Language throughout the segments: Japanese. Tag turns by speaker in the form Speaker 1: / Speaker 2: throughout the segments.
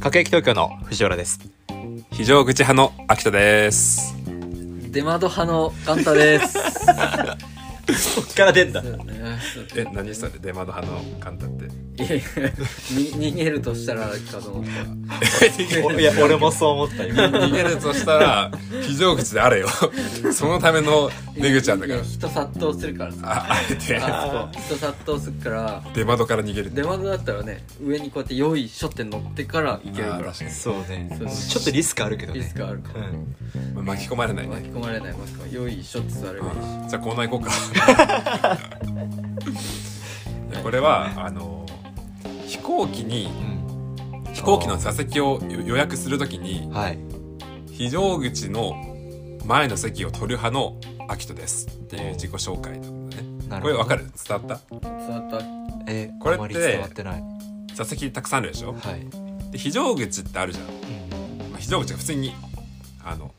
Speaker 1: 各駅東京の藤原です
Speaker 2: 非常口派の秋田です。
Speaker 3: 出窓派のガンタです。
Speaker 1: こっから出 んだ
Speaker 3: そうね
Speaker 2: え、何それ出窓派の簡単って。
Speaker 3: いやいやに逃げるとしたらかと思った
Speaker 1: いや俺もそう思った今
Speaker 2: 逃げるとしたら、非常口であれよ。そのための出口なんだから
Speaker 3: いや。人殺到するからさ。
Speaker 2: あ、あえて、
Speaker 3: あそこ人殺到するから
Speaker 2: 出窓から逃げるって。
Speaker 3: 出窓だったらね上にこうやって用意しょって乗ってから行ける
Speaker 2: あ
Speaker 3: か
Speaker 2: ー
Speaker 3: ら
Speaker 2: 確か
Speaker 1: そうね
Speaker 3: そう
Speaker 1: ちょっとリスクあるけど
Speaker 3: リ
Speaker 1: ね
Speaker 3: スクあるか
Speaker 1: う
Speaker 3: ら
Speaker 1: ん
Speaker 2: にまあ巻き込まれない
Speaker 3: 巻き
Speaker 2: ね。
Speaker 3: 込まれない巻き込まれない用意しょって座ればいいし
Speaker 2: じゃあコーナー行こうか。いやこれは、あの、飛行機に、
Speaker 1: うん
Speaker 2: 飛行機の座席を予予約するときに、
Speaker 1: はい
Speaker 2: 非常口の前の席を取る派の秋人です。っていう自己紹介なんだね。
Speaker 1: なるほど
Speaker 2: これわかる伝わっ
Speaker 3: 座った
Speaker 1: え
Speaker 2: これ
Speaker 1: あ
Speaker 2: って
Speaker 1: まり伝わってない
Speaker 2: た座席たくさんあるでしょ
Speaker 1: はい、
Speaker 2: で非常口ってあるじゃん、まあ、非常口が普通にあの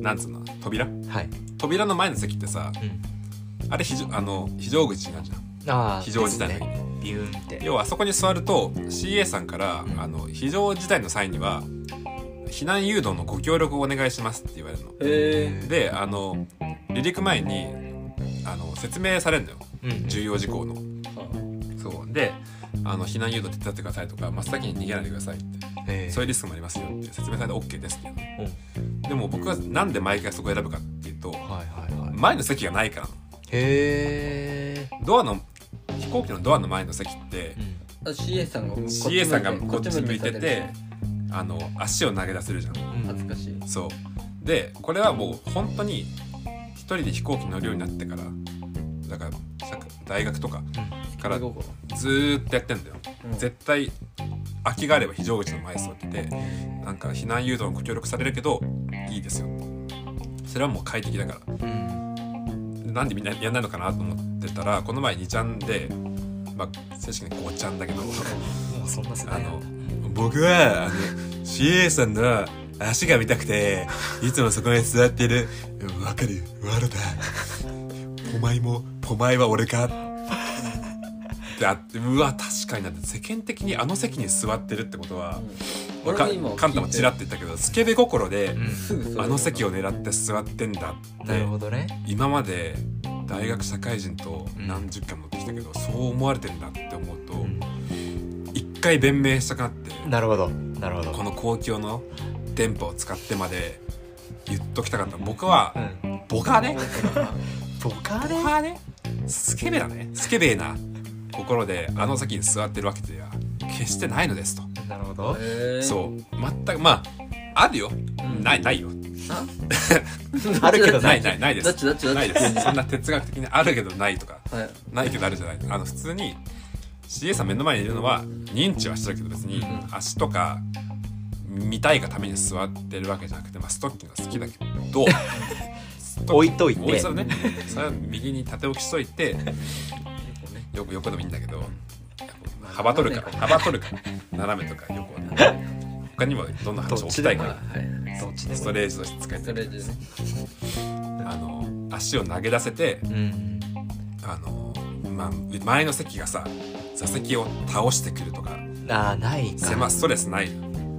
Speaker 2: なんつうの扉
Speaker 1: はい、
Speaker 2: 扉の前の席ってさ
Speaker 1: うん、
Speaker 2: あれ非常あの非常口になるじゃん
Speaker 1: ああ
Speaker 2: 非常事態の時
Speaker 1: ね
Speaker 2: に、
Speaker 1: ビューンって
Speaker 2: 要はあそこに座ると CA さんから、
Speaker 1: うん
Speaker 2: あの非常事態の際には避難誘導のご協力をお願いしますって言われるの
Speaker 3: え
Speaker 2: であの離陸前にあの説明されるのよ
Speaker 1: うん
Speaker 2: 重要事項の
Speaker 3: ー、
Speaker 2: そうであの避難誘導手伝ってくださいとか真っ先に逃げないでくださいって
Speaker 1: え
Speaker 2: そういうリスクもありますよって説明されて OK ですっていう
Speaker 1: う
Speaker 2: でも僕はなんで毎回そこを選ぶかっていうと
Speaker 1: んはいはいはい
Speaker 2: 前の席がないからなの
Speaker 1: へえ、
Speaker 2: ドアの飛行機のドアの前の席って
Speaker 1: うん、
Speaker 3: あ CA さんがこっち向い
Speaker 2: CA
Speaker 3: て
Speaker 2: さんがこっち向いて
Speaker 3: こっち
Speaker 2: てあの足を投げ出せるじゃん
Speaker 3: 恥ずかしい
Speaker 2: そうでこれはもう本当に一人で飛行機乗るようになってからだからさ大学とかから
Speaker 3: うん
Speaker 2: ずーっとやってんだよ絶対空きがあれば非常口の前座っててなんか避難誘導にご協力されるけどいいですよそれはもう快適だから
Speaker 1: うん
Speaker 2: なんでみんなやんないのかなと思ってたらこの前2ちゃんで、まあ、正式に5ちゃんだけど
Speaker 1: もうそんな世
Speaker 2: あ
Speaker 1: 代なん
Speaker 2: の
Speaker 1: だ
Speaker 2: 僕はあの CA さんの足が見たくていつもそこに座っているわかるよワルだポマイもポマイは俺かってあってうわ確かになって世間的にあの席に座ってるってことは、
Speaker 3: うん
Speaker 2: か
Speaker 3: 俺も今聞いて
Speaker 2: カンタもちらっと言ったけどスケベ心で
Speaker 1: うん
Speaker 3: すぐそれ
Speaker 2: あの席を狙って座ってんだっ
Speaker 1: な
Speaker 2: て
Speaker 1: るほどね
Speaker 2: 今まで大学社会人と何十回も乗ってきたけど、そう思われてんだって思うと
Speaker 1: うん
Speaker 2: 一、回弁明したくなって
Speaker 1: なるほどなるほど
Speaker 2: この公共の電波を使ってまで言っときたかった僕は、
Speaker 1: うん
Speaker 2: 僕はね
Speaker 1: ボカ
Speaker 2: 僕はねスケベだねスケベな心であの席に座ってるわけでは決してないのですと、
Speaker 1: なるほど
Speaker 3: えー
Speaker 2: そう全くまああるよ、
Speaker 3: ん
Speaker 2: ないないよ
Speaker 3: あ
Speaker 1: あるけど
Speaker 2: ないないないで
Speaker 3: どっち
Speaker 2: す
Speaker 3: どっちどっち
Speaker 2: ないですそんな哲学的にあるけどないとか
Speaker 3: はい
Speaker 2: ないけどあるじゃないあの普通に CA さん目の前にいるのは認知はしてるけど別に
Speaker 3: ん
Speaker 2: 足とか見たいがために座ってるわけじゃなくて、まあ、ストッキングが好きだけどストッ
Speaker 1: 置いとい
Speaker 2: キング置い
Speaker 1: て
Speaker 2: てねそれは右に縦置きしといてよく横でもいいんだけど幅取るから幅取るから斜めとか横はね他にもどんな話を置きたい
Speaker 3: まあ
Speaker 2: か
Speaker 3: はい
Speaker 1: どっちでも
Speaker 2: らストレージとして使え
Speaker 3: そ
Speaker 2: て
Speaker 3: れ
Speaker 2: る
Speaker 3: でね
Speaker 2: あの足を投げ出せて
Speaker 1: うん
Speaker 2: あの、まあ、前の席がさ座席を倒してくるとか
Speaker 1: ああないか
Speaker 2: 狭ストレスない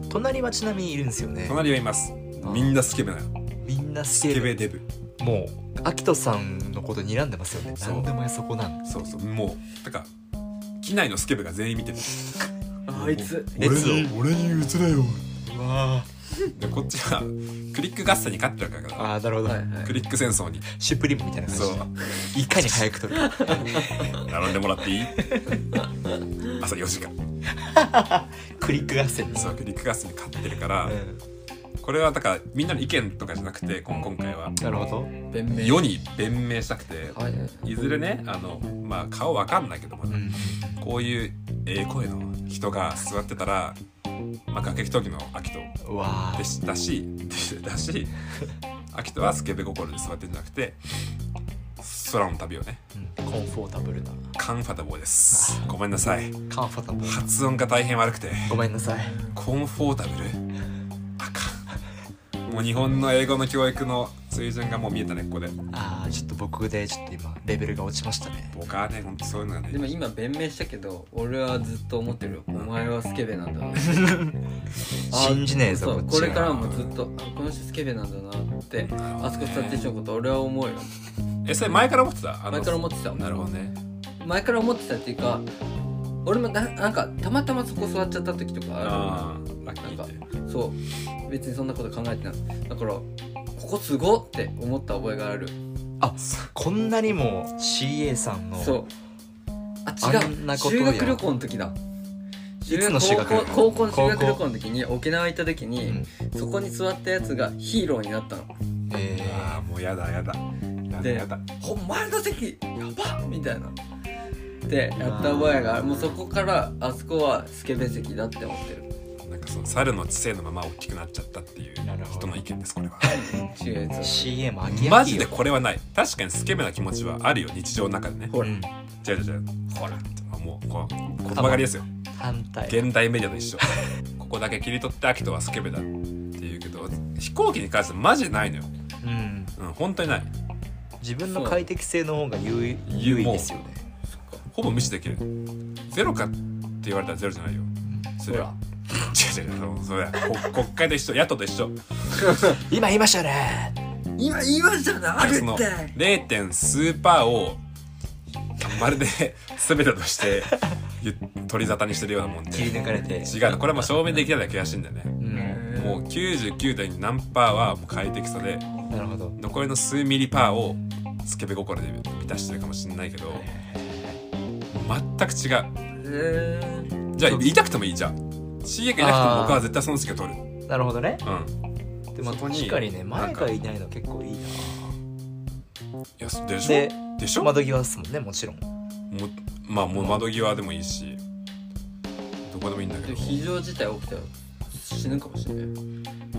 Speaker 1: 隣はちなみにいるんですよね
Speaker 2: 隣はいます
Speaker 1: あ
Speaker 2: みんなスケベなの
Speaker 1: みんなス
Speaker 2: ス
Speaker 1: ケ
Speaker 2: ケ
Speaker 1: ベ
Speaker 2: ベデブ
Speaker 1: もうアキトさんのこと睨んでますよね
Speaker 2: そう
Speaker 1: 何でもそこなん
Speaker 2: そうそうもうてか機内のスケベが全員見てる
Speaker 3: あいつ
Speaker 1: 列を
Speaker 2: 俺に映れよ
Speaker 1: うわ
Speaker 2: でこっちはクリック合戦に勝ってるから
Speaker 1: ああなるほど、
Speaker 3: はいはい
Speaker 2: クリック戦争に
Speaker 1: シュプリームみたいな感じ
Speaker 2: そう
Speaker 1: いかに早く取るか
Speaker 2: 並んでもらっていい朝4時間
Speaker 1: クリック合戦です
Speaker 2: そうクリック合戦に勝ってるから
Speaker 1: うん
Speaker 2: これはだからみんなの意見とかじゃなくてこん今回は
Speaker 1: なるほ
Speaker 3: 弁明
Speaker 2: 世に弁明したくて
Speaker 3: はいはい
Speaker 2: いずれねあのまあ顔わかんないけども
Speaker 1: ど、
Speaker 2: ねこういうええ声の人が座ってたら、まあ、崖っ時の秋人
Speaker 1: うわ
Speaker 2: でしたし、でだし、秋人はスケベ心で座ってんじゃなくて、空の旅をね、
Speaker 1: うんコンフォータブルな
Speaker 2: カンファタボーです。ごめんなさい。
Speaker 1: カンファタブル
Speaker 2: 発音が大変悪くて、
Speaker 1: ごめんなさい
Speaker 2: コンフォータブル。あかん。もう日本の英語の教育の水準がもう見えたねここで
Speaker 1: ああちょっと僕でちょっと今レベルが落ちましたね
Speaker 2: 僕はねほんとそういうのが
Speaker 3: でも
Speaker 2: ね
Speaker 3: 今弁明したけど俺はずっと思ってるよお前はスケベなんだ なあ
Speaker 1: 信じねえぞ
Speaker 3: そ
Speaker 1: こ
Speaker 3: う
Speaker 1: っ
Speaker 3: こ
Speaker 1: ち
Speaker 3: れ
Speaker 1: は
Speaker 3: からもずっとあこの人スケベなんだなってあそこさんてちのこと俺は思うよ
Speaker 2: えそれ前から思ってたあの
Speaker 3: 前から思ってた
Speaker 2: なるほどね
Speaker 3: 前から思ってたっていうか俺もななんかたまたまそこ座っちゃった時とかある
Speaker 2: ああラッキ
Speaker 3: なん
Speaker 2: ー
Speaker 3: か
Speaker 2: って
Speaker 3: そう別にそんなこと考えてないだからここすごって思った覚えがある
Speaker 1: あこんなにも CA さんの
Speaker 3: そうあ
Speaker 1: あ
Speaker 3: 違
Speaker 1: ん
Speaker 3: う
Speaker 1: なこと
Speaker 3: 修
Speaker 1: や
Speaker 3: 学旅行の時だ
Speaker 1: いつの修学旅行
Speaker 3: 高校高校の修学旅
Speaker 1: 高校
Speaker 3: 行の時に沖縄行った時に、
Speaker 1: うん
Speaker 3: そこに座ったやつがヒーローになったの
Speaker 1: え
Speaker 2: ああもうやだやだやだ
Speaker 3: で
Speaker 2: やだ
Speaker 3: 「ほん前の席やばっ!」みたいなでやった覚えがあるもうそこからあそこはスケベ席だって思ってる
Speaker 2: なんかその猿の知性のまま大きくなっちゃったっていう
Speaker 1: なるほど
Speaker 2: 人の意見ですこれは
Speaker 3: 違うやつ
Speaker 1: ー、
Speaker 3: は
Speaker 1: CA も飽き飽きよ
Speaker 2: マジでこれはない確かにスケベな気持ちはあるよ日常の中でね
Speaker 3: ほ
Speaker 1: う
Speaker 3: ら
Speaker 1: ん
Speaker 2: 違う違う違うほらもうこう言葉狩りですよ
Speaker 1: 反対
Speaker 2: 現代メディアと一緒 ここだけ切り取ってアキトはスケベだって言うけど飛行機に関してはマジでないのよ
Speaker 1: うん
Speaker 2: うん本当にない
Speaker 1: 自分の快適性の方が優位
Speaker 2: う
Speaker 1: 優位ですよね
Speaker 2: ほぼ無視できるゼロかって言われたらゼロじゃないよそ
Speaker 3: ほ
Speaker 2: れ
Speaker 3: ら
Speaker 2: は 違う違う違うそれはこ 国会と一緒野党と一緒
Speaker 1: 今言いましたよね
Speaker 3: 今言いましたねある
Speaker 2: その
Speaker 3: って
Speaker 2: 0点数パーをまるで全てとしてゆ取り沙汰にしてるようなもんで
Speaker 1: 切り抜かれて
Speaker 2: 違うのこれはもう証明できないのが悔しいんだよね
Speaker 1: うん
Speaker 2: もう99点何パーはもう快適さで
Speaker 1: なるほど
Speaker 2: 残りの数ミリパーをスケベ心で満たしてるかもしれないけど全く違う
Speaker 3: へ
Speaker 2: じゃあ痛くてもいいじゃん CA がいなくても僕は絶対そのスケを取る
Speaker 1: なるほどね
Speaker 2: うん
Speaker 1: でも
Speaker 2: そこに
Speaker 1: 確かにね
Speaker 2: なん
Speaker 1: 前
Speaker 2: か
Speaker 1: がいないの結構いい
Speaker 2: いやそで
Speaker 1: な
Speaker 2: し
Speaker 1: で
Speaker 2: ょでしょ、
Speaker 1: 窓際っすもんねもちろん
Speaker 2: もまあもう窓際でもいいしどこでもいいんだ
Speaker 3: ー
Speaker 2: け
Speaker 3: でも
Speaker 2: ど
Speaker 3: 非常事態起きたら死ぬかもしれない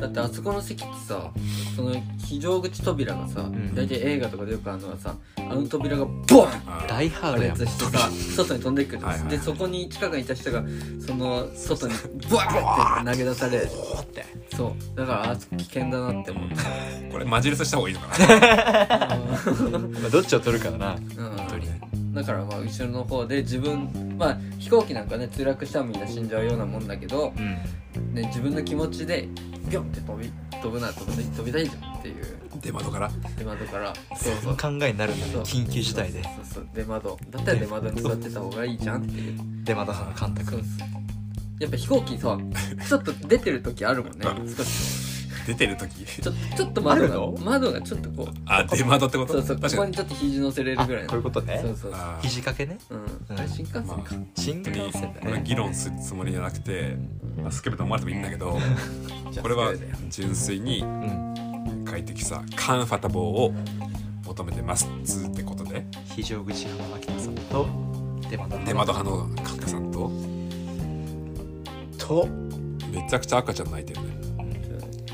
Speaker 3: だってあそこの席ってさその非常口扉がさ、
Speaker 1: ん
Speaker 3: 大体映画とかでよくあるのはさあの扉がボン
Speaker 2: あ
Speaker 1: 大ハード
Speaker 3: 破
Speaker 1: やん
Speaker 3: 裂してさ外に飛んでくる、
Speaker 2: はいはいはい
Speaker 3: でそこに近くにいた人がその外にブワーって投げ出される
Speaker 1: って
Speaker 3: そうだからあそこ危険だなって思った
Speaker 2: これマジレスした方がいいのかな
Speaker 1: まあどっちを取るかだな
Speaker 3: うん
Speaker 1: 本当に
Speaker 3: だからまあ後ろの方で自分まあ飛行機なんかね墜落したらみんな死んじゃうようなもんだけど、
Speaker 1: うん
Speaker 3: ね、自分の気持ちでビョンって飛び飛ぶなら飛び飛びたいじゃんっていう
Speaker 2: 出窓から
Speaker 3: 出窓からそうそう
Speaker 1: 考えになるんだね
Speaker 3: そう
Speaker 1: 緊急事態で
Speaker 3: そうそうそう出窓だったら出窓に座ってた方がいいじゃんっていう
Speaker 1: 出窓さんの監
Speaker 3: そ
Speaker 1: 督
Speaker 3: うそうやっぱ飛行 機さちょっと出てる時あるもんね少し
Speaker 2: 出てる時
Speaker 3: ちょちょっと窓
Speaker 1: あるの
Speaker 3: が窓がちょっとこう
Speaker 2: あ出窓ってこと
Speaker 3: そうそうこ
Speaker 2: 確
Speaker 3: こ
Speaker 2: かに
Speaker 3: にちょっと肘乗せ
Speaker 1: あ
Speaker 3: れる
Speaker 1: こ
Speaker 3: ぐ
Speaker 1: う
Speaker 3: らいの
Speaker 1: いうことね
Speaker 3: そうそうそう
Speaker 2: あー
Speaker 1: 肘掛けね
Speaker 3: うん、
Speaker 1: うん
Speaker 3: あれ新幹線か、
Speaker 2: まあ
Speaker 1: 新
Speaker 2: 本当
Speaker 1: 幹
Speaker 2: に
Speaker 1: 線だ
Speaker 2: これは
Speaker 1: ね
Speaker 2: 議論するつもりじゃなくて、まあ、スケベと思われてもいいんだけど
Speaker 3: じゃあ
Speaker 2: これは
Speaker 3: スケベだよ
Speaker 2: 純粋に
Speaker 1: うん
Speaker 2: 快適さカンファタボーを求めてますっつってことで
Speaker 1: 非常口派の秋田さんと出窓
Speaker 2: 出窓派の角田さんと
Speaker 1: と
Speaker 2: めちゃくちゃ赤ちゃん泣いてるね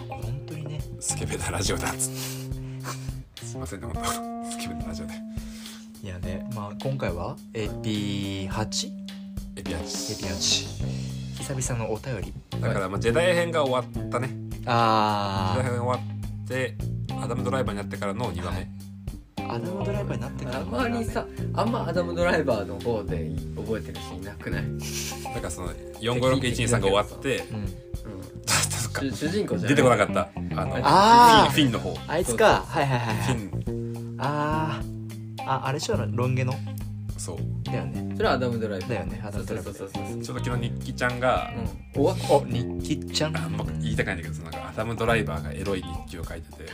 Speaker 1: 本当にね
Speaker 2: スケベなラジオだっつってすいませんね本当スケベなラジオで
Speaker 1: いやねまあ今回は AP8
Speaker 2: エピアチ
Speaker 1: AP8 久々のお便り
Speaker 2: だからまあジェダイ編が終わったねジェダイ
Speaker 1: あ
Speaker 2: 編が終わってアダムドライバーになってからの2話目、
Speaker 1: ーアダムドライバーになってから
Speaker 3: あ
Speaker 1: の
Speaker 3: んまりさあんまアダムドライバーの方で覚えてる人いなくない、うん、
Speaker 2: だからその45612が終わって
Speaker 1: うん
Speaker 2: そ っか
Speaker 3: 主主人公じゃない
Speaker 2: 出てこなかったあの
Speaker 1: あー
Speaker 2: フィンフィンの方フ
Speaker 1: あいつかはいはいはいは
Speaker 2: ィ
Speaker 1: い
Speaker 2: ン
Speaker 1: あーああれでしょロン毛の
Speaker 2: そう
Speaker 1: だよね
Speaker 3: それはアダムドライバー
Speaker 1: だよねアダムドライバー
Speaker 3: そうそうそうそう
Speaker 2: ちょうど昨日日記ちゃんが、
Speaker 3: うん、おわ
Speaker 1: お日記ちゃん
Speaker 2: あんま言いたくないんだけどそのなんかアダムドライバーがエロい日記を書いてて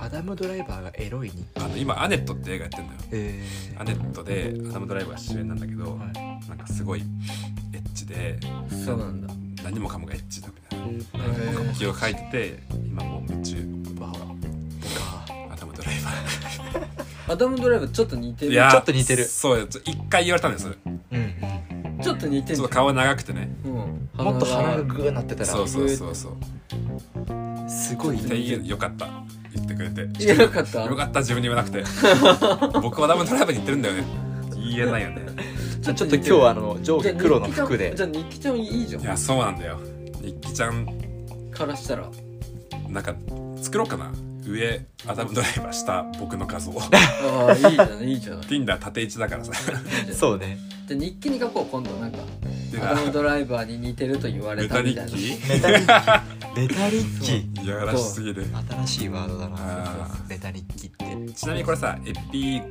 Speaker 1: アダムドライバーがエロい日記
Speaker 2: あの今アネットって映画やってんだよ
Speaker 1: え
Speaker 2: アネットでアダムドライバーが主演なんだけど、
Speaker 1: は
Speaker 2: なんかすごいエッチで
Speaker 3: そうなんだ
Speaker 2: 何もかもがエッチだみたいな
Speaker 3: へ
Speaker 2: 日記を書いてて今もう夢中
Speaker 1: わ
Speaker 2: アダムドライバー
Speaker 3: ーアダムドライバーちょっと似てる
Speaker 1: やちょっと似てる
Speaker 2: そうよちょ一回言われたんですよ
Speaker 1: うん
Speaker 3: ちょっと似てる
Speaker 2: ちょっと顔長くてね
Speaker 3: うん、
Speaker 1: もっと鼻
Speaker 3: 鼻が
Speaker 1: がグーなってたら
Speaker 2: そうそうそうそう
Speaker 1: すごい
Speaker 2: 絶対言うよかった言ってくれて
Speaker 3: いやよかった
Speaker 2: よかった自分に言わなくて僕はダムドライバーに言ってるんだよね言えないよね
Speaker 1: ちょちょっと今日はあの上下黒の服で
Speaker 3: じゃあ日記ちゃんいいじゃ
Speaker 2: いやそうなんだよ日記ちゃん
Speaker 3: んからしたら
Speaker 2: なんか作ろうかな上アダムドライバー下僕の画像
Speaker 3: ああいいじゃないいいじゃない
Speaker 2: Tinder 縦位置だからさ
Speaker 3: う
Speaker 1: そうね
Speaker 3: じゃあ日記に書こう今度なんか
Speaker 2: で
Speaker 3: アダムドライバーに似てると言われ
Speaker 2: メ
Speaker 3: た
Speaker 2: タ
Speaker 3: み
Speaker 2: 日
Speaker 3: たいな
Speaker 1: メ
Speaker 2: 記
Speaker 1: タ日記メタ日記
Speaker 2: いやらしすぎる
Speaker 1: 新しいワードだな
Speaker 2: あー
Speaker 1: メタ日記って
Speaker 2: ちなみにこれさエピ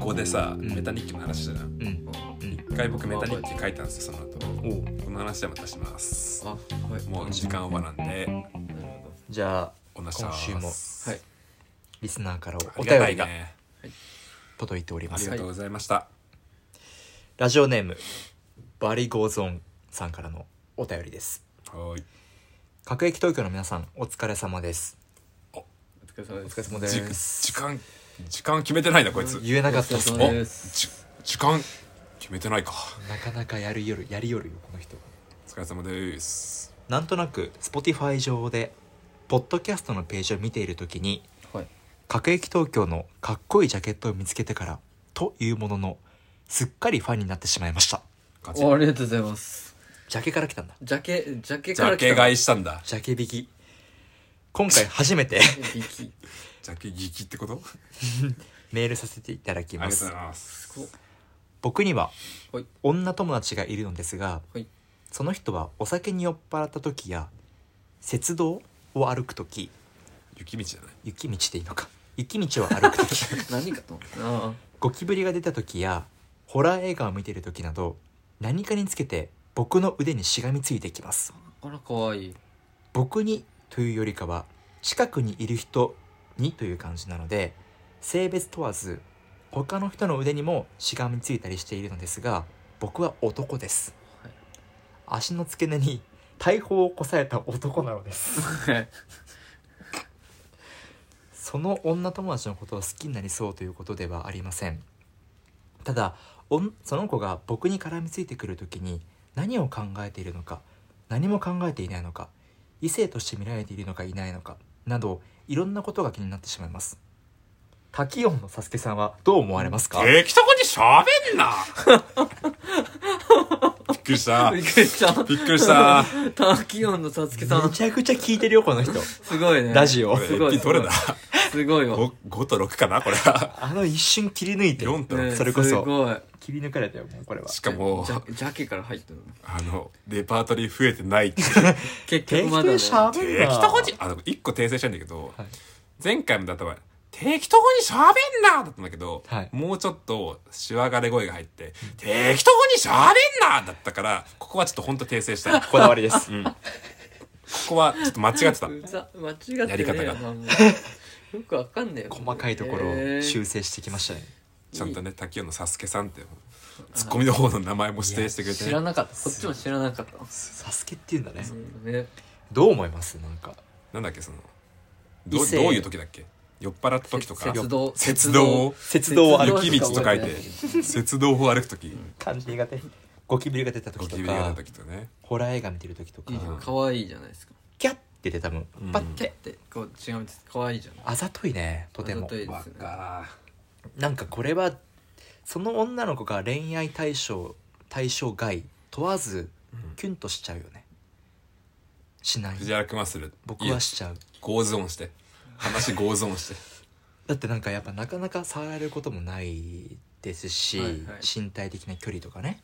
Speaker 2: 5でさメタ日記の話じゃん
Speaker 1: うん
Speaker 2: 一回僕メタ日記書いたんですよその後
Speaker 1: おう
Speaker 2: この話はまたします
Speaker 3: あはい
Speaker 2: もう時間オーバーなんで
Speaker 3: なるほ
Speaker 1: じゃあ
Speaker 2: お話しし
Speaker 1: 今
Speaker 2: ま
Speaker 1: 週
Speaker 2: す
Speaker 3: どはい
Speaker 1: リスナーから
Speaker 2: あ
Speaker 1: お
Speaker 2: りが
Speaker 1: 便
Speaker 2: た
Speaker 1: り
Speaker 2: い
Speaker 1: が
Speaker 2: ね
Speaker 1: 届いておりま
Speaker 2: あり
Speaker 1: す
Speaker 2: がとうございました
Speaker 1: ラジオネームバリゴーゾンさんからのお便りです
Speaker 2: はい
Speaker 1: 各駅東京の皆さんお疲れ様です
Speaker 3: お疲れ様
Speaker 1: お
Speaker 3: で
Speaker 1: 疲れ
Speaker 3: す
Speaker 1: 様で
Speaker 2: じ
Speaker 1: す
Speaker 2: 時間時間決めてないなこいつ
Speaker 1: 言えなかったです
Speaker 3: お疲れ様
Speaker 1: ね
Speaker 3: です
Speaker 2: じ時間決めてないか
Speaker 1: なかなかやる夜やりよるよこの人
Speaker 2: お疲れ様です
Speaker 1: なんとなく Spotify 上でポッドキャストのページを見ている時に
Speaker 3: はい
Speaker 1: 各駅東京のかっこいいジャケットを見つけてからというもののすっかりファンになってしまいました
Speaker 2: ガチ
Speaker 3: おありがとうございます
Speaker 1: ジャケから来たんだ
Speaker 3: ジャケジャケ
Speaker 2: ジ
Speaker 3: から
Speaker 2: ャ
Speaker 3: 来
Speaker 2: ケ
Speaker 3: た
Speaker 2: 買いしたんだ
Speaker 1: ジャケ引き今回初めて
Speaker 3: 引き
Speaker 2: ジャケギキってこと
Speaker 1: メールさせていただき
Speaker 2: あ
Speaker 1: ま
Speaker 2: りがとうござ
Speaker 1: す
Speaker 2: いますす
Speaker 3: ごい
Speaker 1: 僕には
Speaker 3: はい
Speaker 1: 女友達がいるのですが
Speaker 3: はい
Speaker 1: その人はお酒に酔っ払った時や雪道を歩く時
Speaker 2: 雪道じゃない
Speaker 1: 雪道でいいのか雪道を歩く時
Speaker 3: 何かとあ
Speaker 1: ゴキブリが出た時やホラー映画を見ている時など何かにつけて僕の腕にしがみついてきます
Speaker 3: ああら可愛 い
Speaker 1: 僕にというよりかは近くにいる人にという感じなので性別問わず他の人の腕にもしがみついたりしているのですが僕は男です、
Speaker 3: はい
Speaker 1: 足の付け根に大砲をこさえた男なのです
Speaker 3: はい
Speaker 1: その女友達のことを好きになりそうということではありませんただおんその子が僕に絡みついてくる時に何を考えているのか何も考えていないのか異性として見られているのかいないのかなどいろんなことが気になってしまいます滝音のサスケさんはどう思われますか
Speaker 2: 適当に喋んなびっくりした
Speaker 3: びっくりした
Speaker 2: びっくりした
Speaker 3: ターキオンのさつきさ
Speaker 1: め
Speaker 3: ん
Speaker 1: ちゃくちゃ聞いてるよこの人
Speaker 3: すごいね
Speaker 1: ラジオ
Speaker 2: これ
Speaker 3: すごい
Speaker 2: エピどれだ
Speaker 3: すごいよ
Speaker 2: 5, と6かなこれは
Speaker 1: あの一瞬切り抜いて
Speaker 2: 4と
Speaker 3: ね
Speaker 2: 6
Speaker 1: それこそ
Speaker 3: すごい
Speaker 1: 切り抜かれたよもうこれは
Speaker 2: しかも
Speaker 3: ジャジャケから入ったの
Speaker 2: あのレパートリー増えてな いって
Speaker 3: 結
Speaker 1: 適
Speaker 3: 局ま
Speaker 1: 当
Speaker 3: だ
Speaker 1: に
Speaker 3: ね
Speaker 1: しゃべん
Speaker 2: 適
Speaker 1: な
Speaker 2: 当にあの1個訂正したいんだけど、
Speaker 1: はい
Speaker 2: 前回もだったら適当に喋んなだったんだけど、
Speaker 1: はい
Speaker 2: もうちょっとしわがれ声が入って、適当に喋んなだったからここはちょっと本当訂正したいこ
Speaker 1: こだわりです
Speaker 2: こはちょっと間違って た
Speaker 3: うざ間違ってね
Speaker 2: やり方が
Speaker 3: よなんもよくわかんねえよ
Speaker 1: 細かいところ
Speaker 3: へ
Speaker 1: を
Speaker 3: え
Speaker 1: 修正してきましたね、
Speaker 2: ちゃんとね滝尾のサスケさんってツッコミの方の名前も指定してくれて
Speaker 3: 知らなかったこっちも知らなかった
Speaker 1: サスケっていうんだね
Speaker 3: うんね
Speaker 1: どう思いますなんか
Speaker 2: なんだっけそのど
Speaker 1: 異
Speaker 2: う
Speaker 1: 性
Speaker 2: どういう時だっけ酔っ払った時とか
Speaker 3: 雪道
Speaker 2: 雪道を
Speaker 1: 雪道を歩
Speaker 3: 雪
Speaker 1: く
Speaker 2: 雪道と書いて雪道を歩く時
Speaker 1: 感じがねゴキブリが出た
Speaker 2: ゴ
Speaker 1: 時
Speaker 2: キ
Speaker 1: と
Speaker 2: ブリが出
Speaker 1: か
Speaker 2: た時とね
Speaker 1: ホラー映画見てる時とか
Speaker 3: いいじゃん可愛いじゃないですか
Speaker 1: キャッてて多分
Speaker 2: うん
Speaker 1: パッ
Speaker 3: キャっててこう違うんです可愛いじゃん
Speaker 1: あざといねとて
Speaker 3: あざ
Speaker 1: も
Speaker 3: といで
Speaker 2: わ
Speaker 3: すね
Speaker 2: か
Speaker 1: なんかこれはその女の子が恋愛対象対象外問わず
Speaker 2: うん
Speaker 1: キュンとしちゃうよねしない
Speaker 2: 藤原君はする
Speaker 1: 僕
Speaker 2: いいよ
Speaker 1: はしちゃう
Speaker 2: ゴーズオンして話ゴーズオンして
Speaker 1: だってなんかやっぱなかなか触られることもないですし、
Speaker 3: はいはい
Speaker 1: 身体的な距離とかね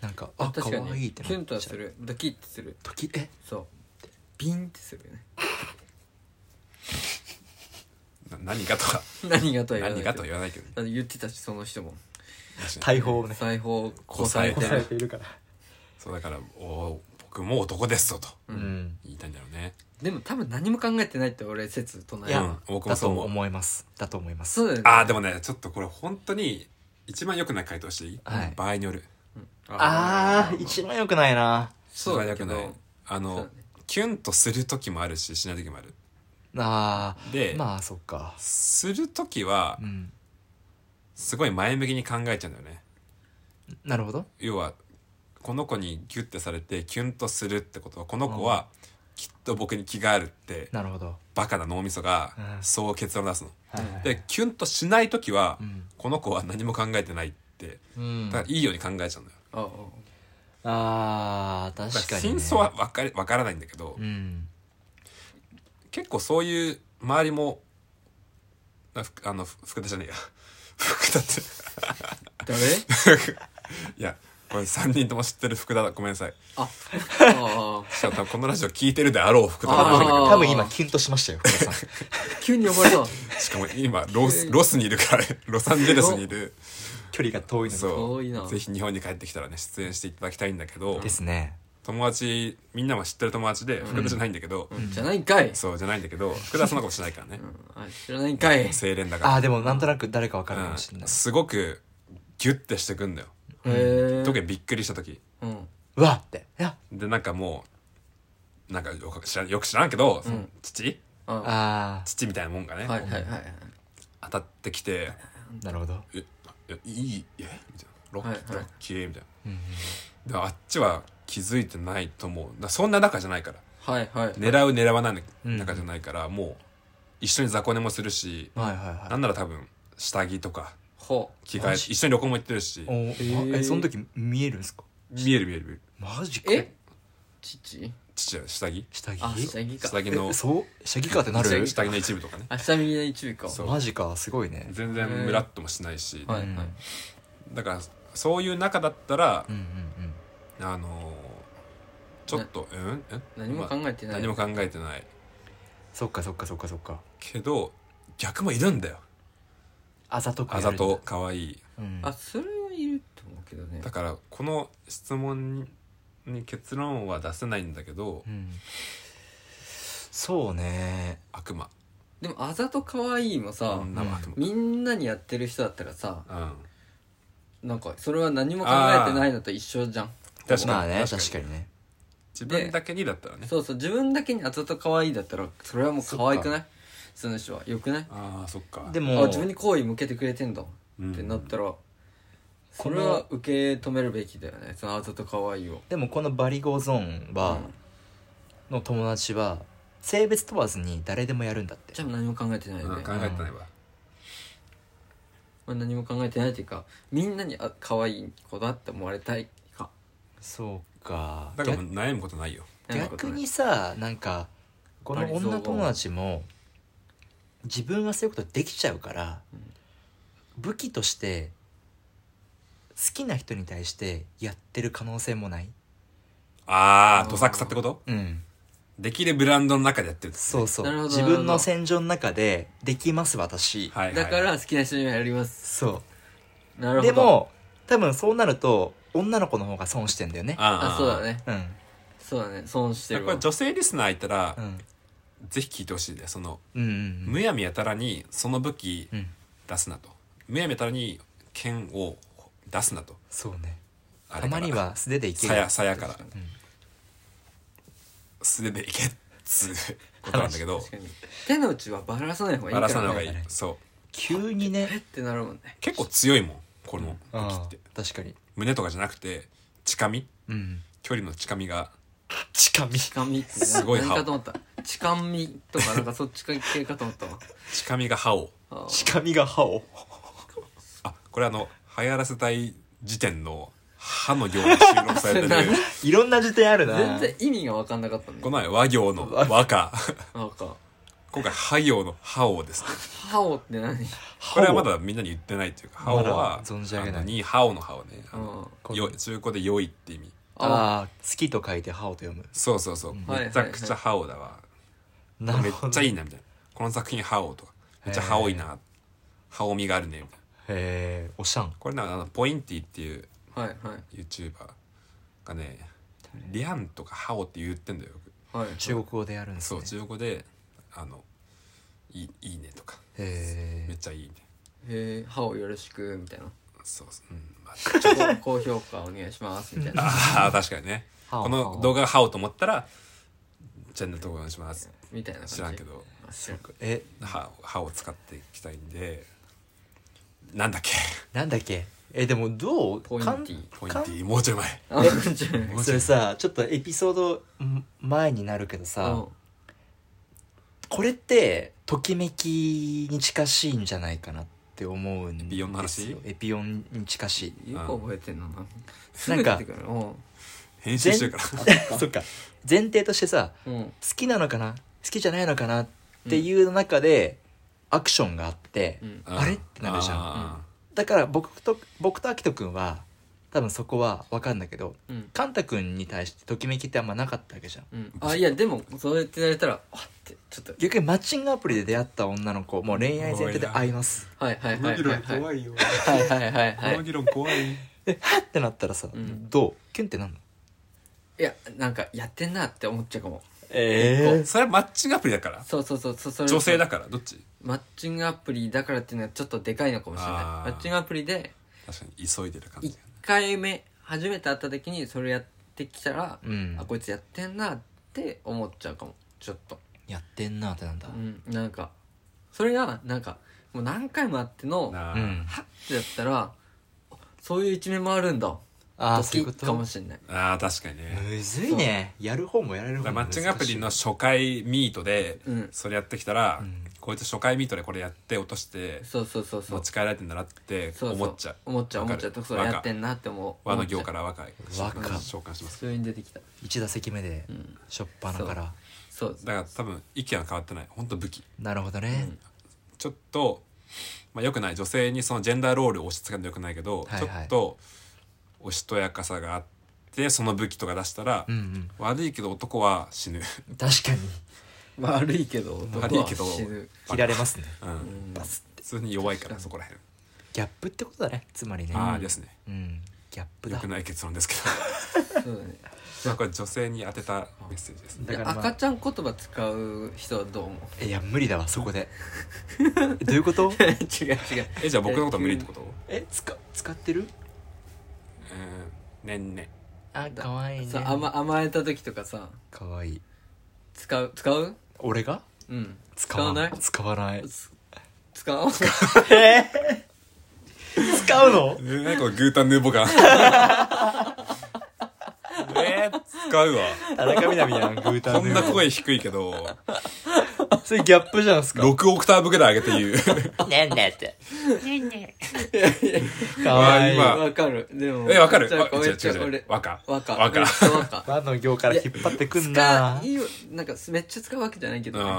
Speaker 1: なんかあ可
Speaker 3: 確か
Speaker 1: 愛い
Speaker 3: に
Speaker 1: って
Speaker 3: キ
Speaker 1: なっちゃう
Speaker 3: ュンとはするドキッてする
Speaker 1: 時え
Speaker 3: そうビンってするよね
Speaker 2: な何かとは
Speaker 3: 何がとは言わな
Speaker 2: 何
Speaker 3: い
Speaker 2: かとは言わないけどね
Speaker 3: だって言ってたしその人も
Speaker 1: 大砲をね
Speaker 3: 裁縫をこ
Speaker 2: こ
Speaker 3: さ
Speaker 2: さ
Speaker 3: え
Speaker 2: え
Speaker 3: て
Speaker 2: て
Speaker 3: る
Speaker 1: ているから
Speaker 2: そうだからお僕も男ですよと
Speaker 1: う
Speaker 3: うんん
Speaker 2: 言いたいんだろうね
Speaker 3: でも多分何も考えてないって俺説唱
Speaker 1: い
Speaker 3: え
Speaker 1: や、
Speaker 3: る
Speaker 2: うん僕も
Speaker 1: だ
Speaker 2: そ
Speaker 1: と
Speaker 2: う思う
Speaker 1: 思いますだと思います
Speaker 3: そうだよね
Speaker 2: ああでもねちょっとこれ本当に一番良くない回答していい、
Speaker 1: はい
Speaker 2: 場合による
Speaker 3: うん
Speaker 1: あー一番良くないな
Speaker 3: そうだ
Speaker 2: 一
Speaker 3: けど
Speaker 2: 番良くないあ
Speaker 3: そうだ
Speaker 2: の
Speaker 3: ね
Speaker 2: キュンとする時もあるししない時もある
Speaker 1: あー
Speaker 2: で、
Speaker 1: まあそっか
Speaker 2: する時は
Speaker 1: うん
Speaker 2: すごい前向きに考えちゃうんだよね
Speaker 1: なるほど
Speaker 2: 要はこの子にギュッてされてキュンとするってことはこの子はきっと僕に気があるって
Speaker 1: なるほど、
Speaker 2: バカな脳みそが
Speaker 1: うん
Speaker 2: そう結論出すの。
Speaker 1: はいはいはい
Speaker 2: でキュンとしない時は
Speaker 1: うん
Speaker 2: この子は何も考えてないって
Speaker 1: うん
Speaker 2: だからいいように考えちゃうんだよ。
Speaker 3: ああ
Speaker 1: あー
Speaker 2: だ
Speaker 1: 確
Speaker 2: か
Speaker 1: からに、ね、
Speaker 2: 真相は分かり分からないんだけど
Speaker 1: うん
Speaker 2: 結構そういう周りもあふあのふ福田じゃねえや 福田って
Speaker 3: 誰
Speaker 2: いやこれ3人とも知ってる福田だごめんなさい
Speaker 3: ああ
Speaker 2: しかも多分このラジオ聞いてるであろう福田なんだけど
Speaker 3: あー
Speaker 1: 多分今キュンとしましたよ福田さん
Speaker 3: ー急に呼ばれた
Speaker 2: しかも今ロスロスにいるからねロサンゼルスにいる
Speaker 1: 距離が遠いのに
Speaker 2: そ
Speaker 3: 遠いな
Speaker 2: うぜひ日本に帰ってきたらね出演していただきたいんだけど
Speaker 1: ですね
Speaker 2: 友達みんなは知ってる友達で福田じゃないんだけど、
Speaker 3: じゃないんかい、
Speaker 2: そうじゃないんだけど福田はそんなことしないからね
Speaker 3: うんあ知らないんかいへ
Speaker 2: 清廉だから
Speaker 1: ああでもなんとなく誰かわかるかもしれ
Speaker 2: う
Speaker 1: なんい、
Speaker 2: すごくギュッてしてくんだよ
Speaker 3: え
Speaker 2: 特にびっくりした時
Speaker 3: うん
Speaker 1: うわっっていや
Speaker 2: でなんかもうなんかよく知らんよく知らんけど、
Speaker 3: うん
Speaker 2: 父
Speaker 3: あ
Speaker 1: あ
Speaker 2: 父みたいなもんがね、
Speaker 3: はいはいはいはい
Speaker 2: 当たってきて
Speaker 1: あなるほど、
Speaker 2: 「ええいいえみたいな「ロッキー、
Speaker 3: はいはい
Speaker 2: ロッキー」みたい
Speaker 1: うんうん
Speaker 2: なであっちは気づいてないと思うだからそんな仲じゃないから
Speaker 3: はいはい
Speaker 2: 狙う狙わない
Speaker 1: うん
Speaker 2: 仲じゃないから、もう一緒に雑魚寝もするし、
Speaker 1: はいはい
Speaker 2: な
Speaker 1: はい
Speaker 2: んなら多分下着とか
Speaker 3: ほ
Speaker 2: 着替え
Speaker 1: マジ
Speaker 2: 一緒に旅行も行ってるし
Speaker 1: おえ
Speaker 3: ー
Speaker 1: えその時見えるんですか
Speaker 2: 見える見える見える
Speaker 1: マジか
Speaker 3: え父
Speaker 2: 父は下着
Speaker 1: 下着
Speaker 3: あ下着か
Speaker 2: 下着の
Speaker 1: えそう下着かってなる
Speaker 2: 下着の一部とかね
Speaker 3: あ下右の一部か
Speaker 2: そう
Speaker 1: マジかすごいね
Speaker 2: 全然ムラっともしないし、
Speaker 3: はいはい、
Speaker 1: うん
Speaker 2: だからそういう中だったら
Speaker 1: う、んうん
Speaker 2: あのーちょっと、うんえ
Speaker 3: 何も考えて
Speaker 2: まあ
Speaker 3: ない、
Speaker 2: 何も考えてない
Speaker 1: そっかそっかそっかそっか
Speaker 2: けど逆もいるんだよ
Speaker 1: あざとくやる
Speaker 2: あ
Speaker 1: んだ
Speaker 2: ざと可愛い
Speaker 1: うん
Speaker 3: あそれはいると思うけどね
Speaker 2: だからこの質問にに結論は出せないんだけど、
Speaker 1: うんそうね
Speaker 2: 悪魔
Speaker 3: でもあざと可愛いもさ、
Speaker 2: 女は悪魔、
Speaker 3: みんなにやってる人だったらさ
Speaker 2: うん
Speaker 3: なんかそれは何も考えてないのと一緒じゃん、
Speaker 2: 確かに,、
Speaker 1: まあね確かにね
Speaker 2: 自分だけにだったらね
Speaker 3: そうそう自分だけにあざと可愛いだったらそれはもう可愛くないその人はよくない
Speaker 2: ああそっか
Speaker 1: で
Speaker 3: あ
Speaker 1: も
Speaker 3: 自分に好意向けてくれてんだっ
Speaker 2: うん
Speaker 3: てなったら、それは受け止めるべきだよねそのあざと可愛いを
Speaker 1: でもこのバリゴゾーン
Speaker 3: う
Speaker 1: は
Speaker 3: ん
Speaker 1: の友達は性別問わずに誰でもやるんだって
Speaker 3: じゃあ何も考えてないよ
Speaker 2: う
Speaker 3: ね
Speaker 2: ん、考えてないわ、
Speaker 3: まあ、何も考えてないっていうかみんなにあ可愛い子だって思われたいか
Speaker 1: そうか
Speaker 2: だからもう悩むことないよ
Speaker 3: なんかこ
Speaker 1: 逆
Speaker 3: れ
Speaker 1: にさなんかこの女友達も自分はそういうことできちゃうから、
Speaker 3: うん
Speaker 1: 武器として好きな人に対してやってる可能性もない、
Speaker 2: あ
Speaker 3: あー
Speaker 2: あどさくさってこと
Speaker 1: うん、
Speaker 2: できるブランドの中でやってるんです
Speaker 1: そうそう
Speaker 3: なるほど
Speaker 1: 自分の戦場の中で「できます私」
Speaker 2: はいはい
Speaker 3: だから好きな人にはやります
Speaker 1: そ
Speaker 3: なる
Speaker 1: う
Speaker 3: ほ
Speaker 1: で
Speaker 3: ど
Speaker 1: も多分そうなると女の子の方が損してんだよね
Speaker 2: あ
Speaker 3: あそうだね
Speaker 1: うん
Speaker 3: そうだね損して
Speaker 2: だか
Speaker 3: る
Speaker 2: らこれ
Speaker 3: わ
Speaker 2: 女性リスナーいたら、
Speaker 1: うん
Speaker 2: ぜひ聞いてほしいでその、
Speaker 1: うんうん
Speaker 2: むやみやたらにその武器
Speaker 1: うん
Speaker 2: 出すなと、むやみやたらに剣を出すなと
Speaker 1: そうね
Speaker 2: あれ
Speaker 1: た
Speaker 2: から
Speaker 1: まには素手でいけ
Speaker 2: さ
Speaker 1: る
Speaker 2: やさやから
Speaker 3: 確
Speaker 2: 素手でいけっ つうことなんだけど
Speaker 3: 確かに手の内はばらさない方がいい
Speaker 2: ば
Speaker 3: からら、ね、
Speaker 2: さない方がいい
Speaker 1: いいからね
Speaker 2: そう
Speaker 1: 急に
Speaker 3: えっ
Speaker 1: ね
Speaker 3: てなるもんね
Speaker 2: 結構強いもんこの
Speaker 1: うん
Speaker 2: 武器って
Speaker 1: 確かに
Speaker 2: 胸とかじゃなくて近身
Speaker 1: うん
Speaker 2: 距離の近身が
Speaker 1: 近見
Speaker 3: 痴漢みって
Speaker 2: すごい
Speaker 3: 何
Speaker 2: 歯
Speaker 3: かと思った痴漢みとかなんかそっち系かと思ったわ
Speaker 2: 近身が歯を
Speaker 3: あー
Speaker 1: 近見が歯を
Speaker 2: あこれあの流行らせたい時点の歯の行に収録され てる
Speaker 3: 何
Speaker 1: いろんな時点あるな
Speaker 3: 全然意味が分かんなかったね
Speaker 2: この前和行の和歌
Speaker 3: なんか
Speaker 2: 今回歯行の歯をですね
Speaker 3: 歯をって何うん
Speaker 2: これはまだみんなに言ってないっていうか
Speaker 1: 歯
Speaker 2: 歯
Speaker 1: を
Speaker 2: をは
Speaker 1: まだ存じ上げない
Speaker 2: あのに歯をの歯をねあの
Speaker 1: うん
Speaker 2: よ中古で良いって意味
Speaker 3: あ
Speaker 1: ああ好きと書いて歯をと読む
Speaker 2: そうそうそう、
Speaker 1: ん
Speaker 2: めちゃくちゃ歯をだわ、
Speaker 1: な
Speaker 2: め
Speaker 1: る
Speaker 2: っ
Speaker 1: ほど
Speaker 2: ちゃいいなみたいなこの作品歯をとかめっちゃ歯多いな歯をみがあるねみたい
Speaker 1: へ
Speaker 2: な
Speaker 1: えおしゃん
Speaker 2: これなあのポインティっていう
Speaker 3: はいはい
Speaker 2: YouTuber がねリャンとか歯をって言ってんだよよく
Speaker 3: はい
Speaker 1: 中国語でやるんです
Speaker 2: そ
Speaker 1: ね
Speaker 2: う中古であのいいいいねとか
Speaker 1: へ
Speaker 2: め
Speaker 1: え
Speaker 2: っちゃいいみたい
Speaker 3: へえ歯をよろしくみた いな
Speaker 2: なそうそう、うんまあ、
Speaker 3: 高評価お願いしますみたいな
Speaker 2: あ ー確かにね
Speaker 1: 歯を
Speaker 2: こ
Speaker 1: 歯
Speaker 2: の
Speaker 1: を
Speaker 2: 動画歯をと思ったらチャンネル登録お願いします
Speaker 3: みたいな感じ
Speaker 2: 知らんけど
Speaker 3: あ知らん
Speaker 1: え
Speaker 2: 歯歯を使っていきたいんでなんだっけ
Speaker 1: なんだっけえでもどう
Speaker 3: ポイン
Speaker 1: かん
Speaker 3: ティ
Speaker 2: ポインティーもうちょい前
Speaker 3: あじゃあ
Speaker 2: も
Speaker 1: そ
Speaker 2: うちょ
Speaker 1: れ
Speaker 2: い
Speaker 1: さちょっとエピソードん前になるけど
Speaker 3: う
Speaker 1: さ
Speaker 3: ん
Speaker 1: これってときめきに近しいんじゃないかなって思うんですよ
Speaker 2: エピヨンの話
Speaker 1: エピヨンに近しい
Speaker 3: よく覚えてんのな
Speaker 1: なんか
Speaker 3: すぐ出てくるの
Speaker 2: 編集してるから
Speaker 1: そっか前提としてさ
Speaker 3: うんうん
Speaker 1: 好きなのかな好きじゃないのかなっていう中で、アクションがあって、
Speaker 3: うん
Speaker 1: あれってなるじゃん
Speaker 2: あ
Speaker 1: だから僕と僕とアキト君は多分そこは分かんだけど
Speaker 3: うん
Speaker 1: カンタ君に対してときめきってあんまなかったわけじゃん
Speaker 3: うんあいやでもそうやって言われたらあってちょっと
Speaker 1: 逆にマッチングアプリで出会った女の子もう恋愛前提で会います
Speaker 3: はいはい
Speaker 2: ーこ
Speaker 3: は
Speaker 2: の
Speaker 3: い
Speaker 2: 議
Speaker 3: は
Speaker 2: 論怖いよ
Speaker 3: いはいはいはいはい
Speaker 2: こ
Speaker 3: は
Speaker 2: の
Speaker 3: い
Speaker 2: 議論怖い
Speaker 1: ではっってなったらさ、
Speaker 3: うん
Speaker 1: どうキュンってなんの
Speaker 3: いやなんかやってんなって思っちゃうかも
Speaker 1: え
Speaker 2: それはマッチングアプリだから
Speaker 3: そうそうそうそうそれ
Speaker 2: 女性だからどっち
Speaker 3: マッチングアプリだからっていうのはちょっとでかいのかもしれない
Speaker 2: あ
Speaker 3: マ
Speaker 2: ー
Speaker 3: ッチングアプリで
Speaker 2: 確かに急いでる感じ
Speaker 3: 1回目初めて会った時にそれやってきたら、
Speaker 1: うん
Speaker 3: あこいつやってんなって思っちゃうかもちょっと
Speaker 1: やってんなってなんだ
Speaker 3: うんなんかそれがなんかもう何回も会ってのはっ
Speaker 2: なあ
Speaker 1: うん
Speaker 3: てやったらあそういう一面もあるんだ
Speaker 1: ああ
Speaker 3: ド
Speaker 1: そ
Speaker 3: キ
Speaker 1: ういうこ
Speaker 3: ッかも
Speaker 1: と
Speaker 3: しれない
Speaker 2: あー確かにね
Speaker 1: むずいねやる方もやられる
Speaker 2: だ
Speaker 1: 方
Speaker 2: から
Speaker 1: も
Speaker 2: マッチングアプリの初回ミートで
Speaker 3: うん
Speaker 2: それやってきたら、
Speaker 1: うん
Speaker 2: こいつ初回ミートでこれやって落として
Speaker 3: そうそうそうそう
Speaker 2: 持ち帰られてんだなって
Speaker 3: そうそう
Speaker 2: 思っちゃう
Speaker 3: 思っちゃう
Speaker 2: わ
Speaker 3: 思
Speaker 2: か
Speaker 3: っちゃう
Speaker 2: る
Speaker 3: そうやってんなって思う
Speaker 2: 和の行から和解
Speaker 1: 和解
Speaker 2: 召喚します
Speaker 3: そういうに出てきた
Speaker 1: 1打席目で
Speaker 3: うん
Speaker 1: しょっぱなから
Speaker 3: そう
Speaker 2: だから多分意見は変わってない本当武器
Speaker 1: なるほどね、
Speaker 2: ちょっと、まあ、よくない女性にそのジェンダーロールを押し付けるのよくないけど、
Speaker 1: はいはい
Speaker 2: ちょっとおしとやかさがあってその武器とか出したら、
Speaker 1: うん、
Speaker 2: 悪いけど男は死ぬ、
Speaker 1: うん確かに
Speaker 3: 悪いけど男は
Speaker 2: 悪いけど
Speaker 3: 死ぬ
Speaker 1: 切られます ね
Speaker 2: う、
Speaker 3: うんん
Speaker 1: バスって
Speaker 2: 普通に弱いから
Speaker 3: 確かに
Speaker 2: そこら辺、
Speaker 1: ギャップってことだねつまりね
Speaker 2: ああですね
Speaker 1: うんギャップ
Speaker 2: よ
Speaker 1: だ
Speaker 2: くない結論ですけど
Speaker 3: そうだね
Speaker 2: まあこれ女性に当てたメッセージですね
Speaker 1: だからまあ
Speaker 3: 赤ちゃん言葉使う人はどう思う
Speaker 1: いや無理だわそ こでえどういうこと
Speaker 3: 違う違う
Speaker 2: えじゃあ僕のことは無理ってこと
Speaker 1: え使使ってる
Speaker 2: うんねんね
Speaker 1: あ
Speaker 3: だ
Speaker 1: 可愛いね
Speaker 3: さ甘甘えた時とかさ
Speaker 1: 可愛い
Speaker 3: 使う使う
Speaker 1: 俺が
Speaker 3: うん
Speaker 1: 使わない
Speaker 3: 使
Speaker 1: 使わない
Speaker 3: つ使わない
Speaker 1: 使うの
Speaker 2: えー、なんかこのグータンヌー ボ感えー、使うわ
Speaker 1: 田中みな実やんグータン
Speaker 2: こんな声低いけど
Speaker 1: それギャップじゃんすか
Speaker 2: 6オクターブぐらい上げて言 う
Speaker 1: ねんねって可愛い
Speaker 2: あ今
Speaker 3: わかるでも
Speaker 2: えわかる
Speaker 3: めっちゃ
Speaker 2: わ
Speaker 3: めっちゃ
Speaker 2: 違う違う違う
Speaker 3: 俺
Speaker 2: わか
Speaker 3: わか
Speaker 2: わか
Speaker 3: めっちゃ わか
Speaker 1: 和の行から引っ張ってくんな
Speaker 3: 使いよなんかめっちゃ使うわけじゃないけどね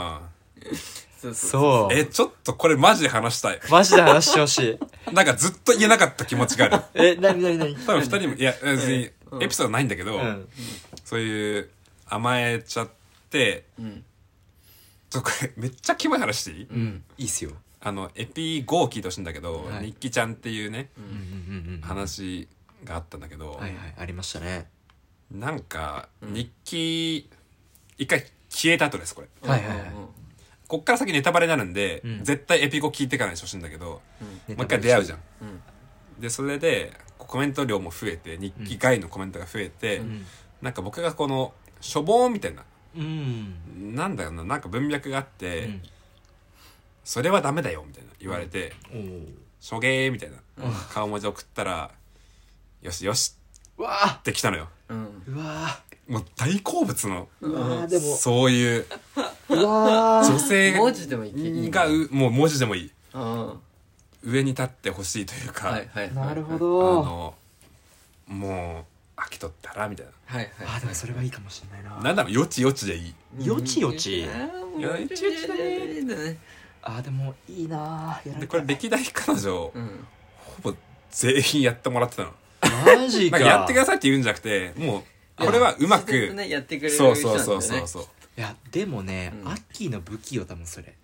Speaker 3: そうそう
Speaker 1: そう
Speaker 2: えちょっとこれマジで話したい
Speaker 1: マジで話してほしい
Speaker 2: なんかずっと言えなかった気持ちがあ
Speaker 1: え
Speaker 2: る
Speaker 1: なになになに
Speaker 2: 多分2人もいや別にエピソードないんだけど、
Speaker 1: うん
Speaker 2: そういう甘えちゃって
Speaker 3: うん
Speaker 2: ちょっとこれめっちゃキモい話していい、
Speaker 1: うんいいっすよ
Speaker 2: あのエピ5を聞いてほしいんだけど、
Speaker 1: はい
Speaker 2: 日記ちゃんっていうね
Speaker 1: うんうんうんうんは
Speaker 2: 話があったんだけど、
Speaker 1: いはいありましたね
Speaker 2: なんか日記一回消えた後ですこれ
Speaker 1: はいはいはい
Speaker 3: うんうん
Speaker 2: こっから先ネタバレになるんで、
Speaker 1: うん
Speaker 2: 絶対エピ5聞いていかないでほしいんだけど、
Speaker 1: ネ
Speaker 2: もう
Speaker 1: タバ
Speaker 2: 一
Speaker 1: レ
Speaker 2: 回出会うじゃん
Speaker 3: うんうん
Speaker 2: でそれでコメント量も増えて日記外のコメントが増えて、
Speaker 1: うん
Speaker 2: なんか僕がこのしょぼーんみたいな
Speaker 1: うん
Speaker 2: なんだろうななんか文脈があって、
Speaker 1: うん
Speaker 2: それはダメだよみたいな言われて
Speaker 1: おー
Speaker 2: 「しょげー」みたいな顔文字送ったら「よしよし」
Speaker 1: うわあ
Speaker 2: って来たのよ
Speaker 3: うん
Speaker 1: うわ
Speaker 2: もう大好物の
Speaker 1: ーうわーでも
Speaker 2: そういう
Speaker 1: うわー
Speaker 2: 女性
Speaker 3: 文字でもいけいい
Speaker 2: がうもう文字でもいい
Speaker 3: うんは
Speaker 2: 上に立ってほしいというか、
Speaker 3: いはいはい
Speaker 1: なるほ
Speaker 2: あ
Speaker 1: ど
Speaker 2: のもう飽きとったらみたいな
Speaker 3: はいはい
Speaker 1: あでもそれはいいかもしれないな
Speaker 2: なんだろうよちよちでいい
Speaker 1: よちよち
Speaker 3: うん
Speaker 2: よちよちだ
Speaker 3: ね
Speaker 1: あでもいいなーやら
Speaker 2: で
Speaker 1: れ
Speaker 2: こ
Speaker 1: た
Speaker 2: れ
Speaker 1: い
Speaker 2: 歴代彼女、
Speaker 3: うん
Speaker 2: ほぼ全員やってもらってたの
Speaker 1: マジ
Speaker 2: な
Speaker 1: か
Speaker 2: んかやってくださいって言うんじゃなくてもうこれはうま
Speaker 3: 自然
Speaker 2: く
Speaker 3: とねやってくれる人
Speaker 2: そ
Speaker 3: なん
Speaker 2: う
Speaker 3: だよ
Speaker 2: そう
Speaker 3: ね
Speaker 2: そうそうそう
Speaker 1: いやでもね、
Speaker 3: うん
Speaker 1: アッキーの不器用だもんそれ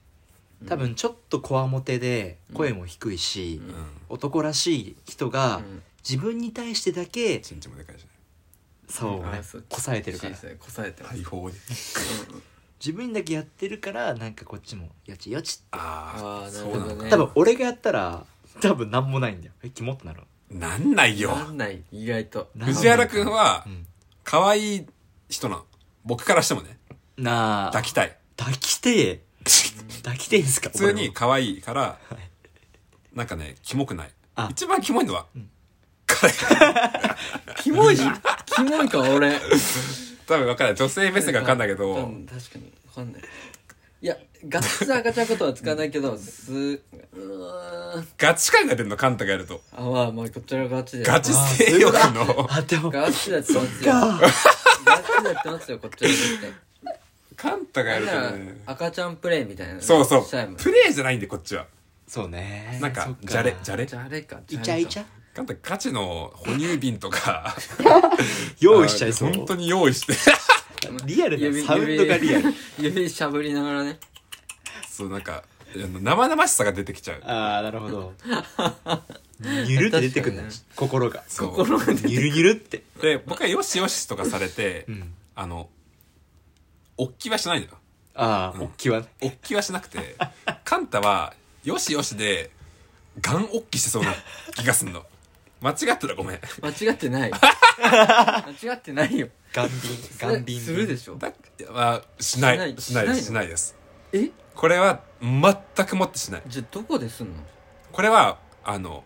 Speaker 1: 多分ちょっとこわもてで声も低いし、
Speaker 3: うん
Speaker 2: うん
Speaker 1: 男らしい人
Speaker 3: う
Speaker 1: が
Speaker 3: ん
Speaker 1: 自分に対してだけ
Speaker 2: ちんちんもでかいしね
Speaker 1: 差をね
Speaker 3: あそう
Speaker 1: こさえてるから
Speaker 3: 小さいこさえてます
Speaker 2: 大砲で
Speaker 1: 自分にだけやってるからなんかこっちもよちよち
Speaker 2: あ
Speaker 3: あ
Speaker 2: あ
Speaker 3: ー
Speaker 2: そうな
Speaker 3: なる
Speaker 2: の
Speaker 3: ほど
Speaker 2: か
Speaker 3: ね
Speaker 1: 多分俺がやったら多分なんもないんだよえキモってなる
Speaker 2: なんないよ
Speaker 3: なんない意外と
Speaker 1: な
Speaker 2: 藤原君は
Speaker 1: うん
Speaker 2: 可愛い人なの僕からしてもね
Speaker 1: なあ
Speaker 2: 抱きたい
Speaker 1: 抱きてえ抱きてえんすか
Speaker 2: 普通
Speaker 1: 俺
Speaker 2: に
Speaker 1: も
Speaker 2: 可愛いからなんかねキモくない
Speaker 1: あ
Speaker 2: 一番キモいのは
Speaker 1: ん
Speaker 2: 彼
Speaker 3: キモいじゃんキモいか俺
Speaker 2: 多分分かんない女性目線が分かんないけど
Speaker 3: 多分確かに分かんないいやガッツ赤ちゃんことは使わないけどすうーん
Speaker 2: ガチ感が出るのカンタがやると
Speaker 3: あまあまあこちらがガチで
Speaker 2: ガチ性欲の
Speaker 1: あでも
Speaker 3: ガチだってますよ
Speaker 1: か
Speaker 3: ガチだってますよこっちらだって
Speaker 2: カンタがやるとね
Speaker 3: 赤ちゃんプレイみたいなの
Speaker 2: そうそう
Speaker 3: しちゃえば
Speaker 2: プレイじゃないんでこっちは
Speaker 1: そうね
Speaker 2: なん
Speaker 1: そ
Speaker 2: か
Speaker 1: っ
Speaker 2: じゃれじゃれ
Speaker 3: じゃああれか
Speaker 1: イチャイチャ
Speaker 2: カンタガチの哺乳瓶とか
Speaker 1: 用意しちゃいそう
Speaker 2: 本当に用意して
Speaker 1: リアルなサウンドがリアル
Speaker 3: ル指しゃぶりながらね
Speaker 2: そうなんかあの生々しさが出てきちゃう
Speaker 1: ああなるほ どゆるって出てくるんだ、
Speaker 3: 確か
Speaker 1: 心が
Speaker 2: そう
Speaker 3: 心が出て
Speaker 1: ゆるゆるって
Speaker 2: で僕はよしよしとかされて、
Speaker 1: うん
Speaker 2: あのおっきはしないのよ
Speaker 1: ああ、
Speaker 2: うん
Speaker 1: おっきはね
Speaker 2: おっきはしなくてカンタはよしよしでガンおっきしてそうな気がすんの間違ってたらごめん
Speaker 3: 間違っ てない間違ってないよ
Speaker 1: ガンビンガンビン
Speaker 3: するでしょ
Speaker 2: だはしな
Speaker 3: しないい
Speaker 2: しないですし
Speaker 3: し
Speaker 2: な
Speaker 3: ない
Speaker 2: です
Speaker 3: え
Speaker 2: これは全くもってしない
Speaker 3: じゃあどこですんの
Speaker 2: これはあの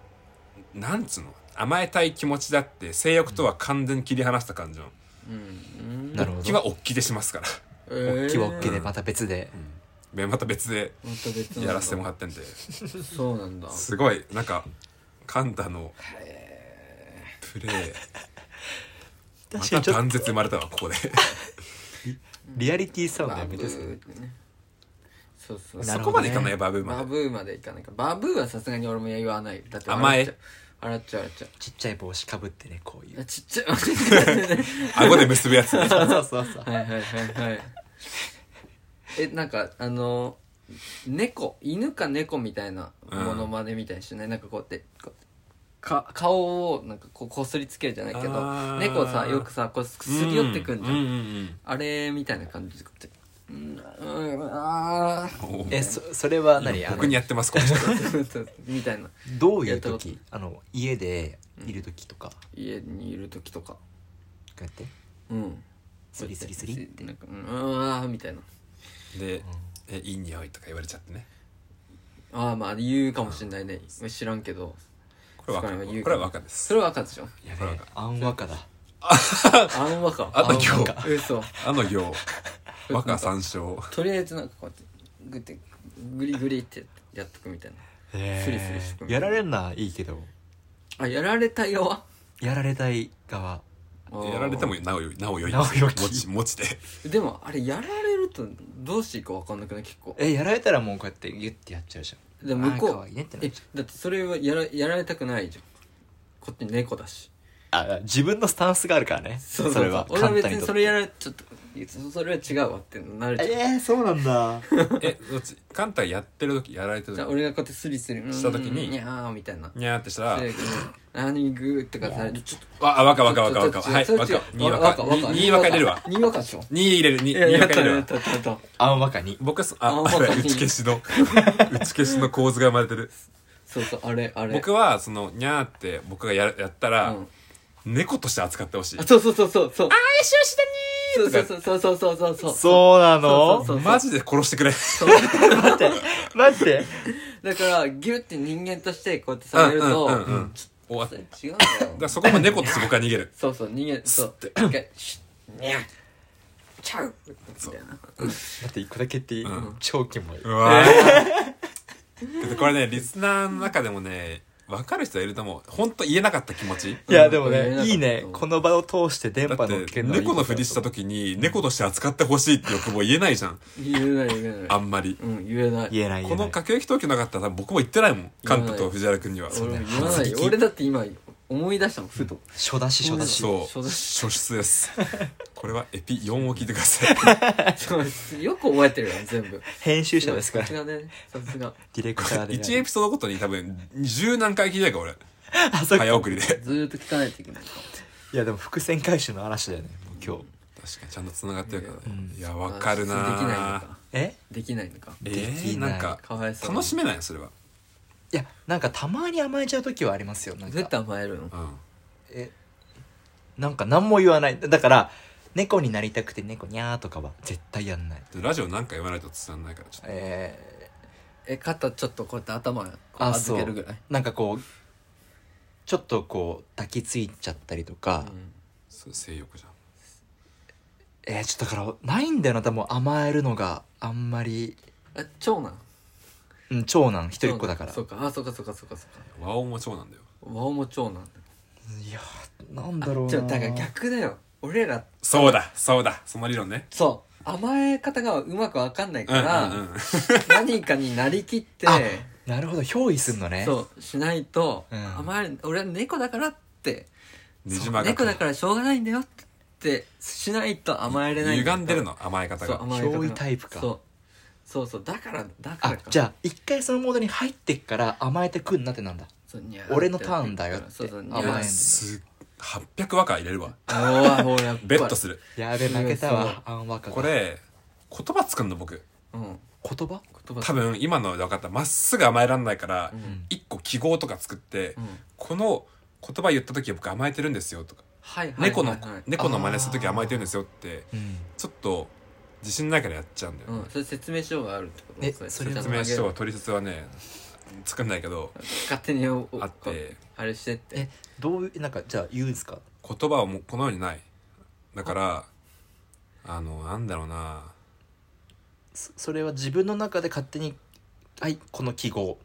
Speaker 2: なんつうの甘えたい気持ちだって性欲とは完全に切り離した感情
Speaker 3: うん
Speaker 1: なるほ
Speaker 2: おっ
Speaker 1: ど
Speaker 2: きはおっきでしますから、
Speaker 3: え
Speaker 1: お
Speaker 3: ー
Speaker 1: っきはおっき
Speaker 2: ね
Speaker 1: でまた別で、
Speaker 2: でまた別で
Speaker 3: また別
Speaker 2: やらせてもら
Speaker 3: っ
Speaker 2: ってんで
Speaker 3: てそうなんだ
Speaker 2: すごいなんかカンタのプレー
Speaker 1: 確か
Speaker 2: また
Speaker 1: にちょっと
Speaker 2: 断絶生まれたわここで
Speaker 1: リアリティサウンド
Speaker 3: バ
Speaker 1: や
Speaker 3: ブ
Speaker 1: めてそれ
Speaker 3: ーってねそうそう
Speaker 1: な
Speaker 2: そ
Speaker 1: る
Speaker 2: こ
Speaker 1: ほど
Speaker 2: ま
Speaker 1: ね
Speaker 2: でいかないバブーま
Speaker 3: バ
Speaker 2: で
Speaker 3: ブーまでいかないかバブーはさすがに俺も言わないよだって
Speaker 2: 甘え
Speaker 3: 笑っちゃう笑っちゃう笑っちゃう
Speaker 1: ちっちゃい帽子かぶってねこうい
Speaker 3: いや
Speaker 1: う
Speaker 3: ちっちゃいは
Speaker 2: 顎で結ぶ やつは
Speaker 1: そうそうそうそう
Speaker 3: いはいはいはいえなんかあの猫犬か猫みたいな
Speaker 2: うん
Speaker 3: ものまねみたいにしない、なんかこうやってこうか顔をなんかこうこすりつけるじゃないけ
Speaker 2: あー
Speaker 3: ど猫さよくさこうすすり寄ってくんじゃ
Speaker 2: う
Speaker 3: ん、
Speaker 2: んうん
Speaker 3: あれみたいな感じでこうやってうんうん あー
Speaker 2: うんお
Speaker 1: えそそれは何あ
Speaker 2: 僕に
Speaker 1: の
Speaker 2: やってますこの人
Speaker 3: そうそうみたいな
Speaker 1: どういう
Speaker 3: やったこと
Speaker 1: 時あの家でいる時とか、こ
Speaker 3: 家にいる時とか
Speaker 1: うやって
Speaker 3: うん
Speaker 1: スリスリスリって
Speaker 3: なんかうんあーみたいな
Speaker 2: でえいい匂いとか言われちゃってね
Speaker 3: ああまあ言うかもしんないね知らんけど
Speaker 2: これは
Speaker 3: それは言う
Speaker 2: これは若です
Speaker 3: それは赤でしょ
Speaker 1: や
Speaker 2: ほ
Speaker 1: べ
Speaker 2: ら
Speaker 1: えあんわかだ
Speaker 3: あんわか
Speaker 2: あ と
Speaker 1: あ
Speaker 2: 今
Speaker 1: わ
Speaker 2: 日
Speaker 1: か
Speaker 3: 嘘
Speaker 2: あの 行若参照
Speaker 3: とりあえずなんかこうやってグってグリグリってやっとくみたいなスリスリしてくる
Speaker 1: やられんないいけど
Speaker 3: あやられた側
Speaker 1: やられたい側
Speaker 2: やられてもなおよなおよい
Speaker 1: なお良き
Speaker 2: 持ち持ち で
Speaker 3: でもあれやられるとどうしていいか分かんなくない結構
Speaker 1: えやられたらもうこうやってギュッてやっちゃうじゃん
Speaker 3: で向こう
Speaker 1: あー可愛いねってなっ
Speaker 3: え
Speaker 1: ち
Speaker 3: だってそれはやらやられたくないじゃんこっち猫だし
Speaker 1: ゃうあ自分のスタンスがあるからね
Speaker 3: そうそう
Speaker 1: れは
Speaker 3: 俺は
Speaker 1: 簡
Speaker 3: 別
Speaker 1: 単
Speaker 3: に
Speaker 1: に
Speaker 3: それやられちょっとそれは違うわってなるじゃん
Speaker 1: えー、そうなんだ
Speaker 2: えどっちカンタやってる時やられてる
Speaker 3: じゃあ
Speaker 2: 時
Speaker 3: 俺がこうやってスリスリ
Speaker 2: した時に
Speaker 3: うんにゃーみたいな
Speaker 2: にゃーってしたら
Speaker 3: で何グーとかされてちょっと
Speaker 2: わあ若若若若
Speaker 3: ちょ
Speaker 2: はい
Speaker 3: ちょ
Speaker 2: 若
Speaker 3: ちょ
Speaker 2: に
Speaker 3: 若
Speaker 2: 若
Speaker 3: 若
Speaker 2: にに若入れるわ
Speaker 3: に若でしょ
Speaker 2: に入れるにに
Speaker 3: いやいややっ
Speaker 2: 若
Speaker 3: た
Speaker 2: 入れる
Speaker 3: や
Speaker 2: わ
Speaker 3: ったやったやった
Speaker 1: あんわかに
Speaker 2: 僕はそあ
Speaker 3: あ
Speaker 2: あれ
Speaker 3: 本当
Speaker 2: 打
Speaker 3: に
Speaker 2: ち消しの打ち消しの構図が生まれてる
Speaker 3: そうそうあれあれ
Speaker 2: 僕はそのにゃーって僕がややったら、
Speaker 3: うん
Speaker 2: 猫として扱ってほしい
Speaker 3: あそうそうそうそうそうあーよしよしだにーそうそうそうそうそうそう
Speaker 1: そうな
Speaker 3: そうそうそう
Speaker 2: マジで殺してくれ
Speaker 1: 待って待って
Speaker 3: だからギュって人間としてこうやってされると
Speaker 2: うんうんうんうん終わっ
Speaker 3: そ
Speaker 2: だか
Speaker 3: れ違うんだよ
Speaker 2: らそこも猫として僕は逃げる
Speaker 3: そうそう人間そう
Speaker 2: 吸
Speaker 3: 一回シュッにゃーちゃうみたいな
Speaker 1: 待って一個だけ言っていい、
Speaker 2: うん
Speaker 1: 超キモいう
Speaker 2: わーだってこれねリスナーの中でもね分かる人はいると思う本当言えなかった気持ち
Speaker 1: いやでもね、
Speaker 3: うん
Speaker 1: いいね
Speaker 3: うん
Speaker 1: この場を通して電
Speaker 2: だ
Speaker 1: 波
Speaker 2: っ
Speaker 1: 乗ってけるのはいいこと
Speaker 2: 猫の
Speaker 1: だ
Speaker 2: ふりした
Speaker 1: と
Speaker 2: 時に猫として扱ってほしいって欲望言えないじゃん
Speaker 3: 言えない言えない
Speaker 2: あんまり
Speaker 3: うん言えない
Speaker 1: 言えない言
Speaker 2: こ
Speaker 1: えな
Speaker 2: の
Speaker 1: い
Speaker 2: 核兵器投球なかったら多分僕も言ってないもんカンタと藤原君には
Speaker 3: 俺も言わ
Speaker 1: そう
Speaker 3: な
Speaker 1: だ
Speaker 3: い
Speaker 1: よ
Speaker 3: よ俺だって今思い出したもんふと
Speaker 1: 初出し初出し
Speaker 2: そう
Speaker 3: 初
Speaker 2: 初
Speaker 3: 出
Speaker 2: 出ですこれはエピ4を聞いてください
Speaker 3: よく覚えてるよ全部
Speaker 1: 編集者ですから
Speaker 3: さすがねさすが
Speaker 1: ディレクタ ーで
Speaker 2: 1エピソードごとに多分十何回聞いてるから
Speaker 1: あそ
Speaker 2: 俺
Speaker 1: っか
Speaker 2: 早送りで確か
Speaker 3: ずーっと聞かないといけないか
Speaker 1: いやでも伏線回収の嵐だよねもう今日
Speaker 2: にちゃんと繋がってるからね
Speaker 1: うん
Speaker 2: いやわかるな
Speaker 3: できないのか
Speaker 1: え
Speaker 3: できないのか
Speaker 2: え
Speaker 1: でき
Speaker 2: ー、
Speaker 1: ない
Speaker 2: なんか
Speaker 3: かわいそう
Speaker 2: 楽しめないそれは、
Speaker 1: いやなんかたまに甘えちゃう時はありますよなん
Speaker 3: どうやって
Speaker 1: か
Speaker 3: 甘えるの
Speaker 2: うん、
Speaker 1: えなんか何も言わないだから猫になりたくて猫にゃーとかは絶対やんない
Speaker 2: でラジオなんか言わないと伝わらないからちょっ
Speaker 1: え
Speaker 3: え肩ちょっとこうやって頭こう
Speaker 1: あそう
Speaker 3: 預けるぐらい
Speaker 1: ー、なんかこうちょっとこう抱きついちゃったりとか、
Speaker 3: うん
Speaker 2: とそう性欲じゃん
Speaker 1: えー、ちょっとだからないんだよな多分甘えるのがあんまり、
Speaker 3: え長男
Speaker 1: うん、長男一人っ子だから
Speaker 3: そうかあそうかそうかそうかそうか
Speaker 2: 和音もそうなんだよ
Speaker 3: 和尾も長男
Speaker 1: いやーなんだろう
Speaker 3: じゃ
Speaker 1: な
Speaker 3: だから逆だよ俺ら
Speaker 2: そうだそうだその理論ね
Speaker 3: そ甘え方がうまくわかんない
Speaker 2: うん
Speaker 3: か
Speaker 2: う
Speaker 3: ら、
Speaker 2: んうん
Speaker 3: 何かになりきって
Speaker 1: あなるほど憑依すんのね
Speaker 3: そうしないと、
Speaker 1: うん
Speaker 3: あまり俺は猫だからって
Speaker 2: ねじ
Speaker 3: そう
Speaker 2: 曲が
Speaker 3: 猫だ
Speaker 2: っ
Speaker 3: からしょうがないんだよってしないと甘えれない
Speaker 2: 歪んでるの甘え方
Speaker 3: そう
Speaker 2: が
Speaker 3: 甘え方が
Speaker 1: 憑依タイプか
Speaker 3: そうそうそうだからだから
Speaker 1: あ
Speaker 3: か
Speaker 1: じゃあ一回そのモードに入ってっから甘えてくんなってなんだ
Speaker 3: そうニャーって
Speaker 1: 俺のターンだよって
Speaker 3: そうそうニャ
Speaker 1: 甘えん
Speaker 3: ー
Speaker 1: だよ
Speaker 2: す800和歌入れるわ
Speaker 3: あおいおいやっぱり
Speaker 2: ベットする
Speaker 1: やべ負けた
Speaker 3: そうそう
Speaker 1: わあんわかが
Speaker 2: これ言葉作んの僕
Speaker 3: うん
Speaker 1: 言葉
Speaker 3: 言葉
Speaker 2: 多分今ので分かったまっすぐ甘えらんないから
Speaker 3: うん
Speaker 2: 一個記号とか作って
Speaker 3: うん
Speaker 2: この言葉言った時は僕甘えてるんですよとか
Speaker 3: はいはいはいはい
Speaker 2: 猫の猫の真似する時甘えてるんですよって
Speaker 1: うん
Speaker 2: ちょっと自信ないからやっちゃうんだよ
Speaker 3: う
Speaker 2: ね
Speaker 3: んそれ説明書があるってこと
Speaker 1: え
Speaker 3: れ
Speaker 1: それ
Speaker 3: ちゃ
Speaker 2: 説
Speaker 3: んとあげ
Speaker 2: 明
Speaker 3: る
Speaker 2: 書は取説はね作んないけど
Speaker 3: 勝手にお
Speaker 2: あって
Speaker 3: あれしてって
Speaker 1: えどういうなんかじゃあ言うんすか
Speaker 2: 言葉はもうこの世にないだからあのなんだろうな
Speaker 1: そそれは自分の中で勝手にはいこの記号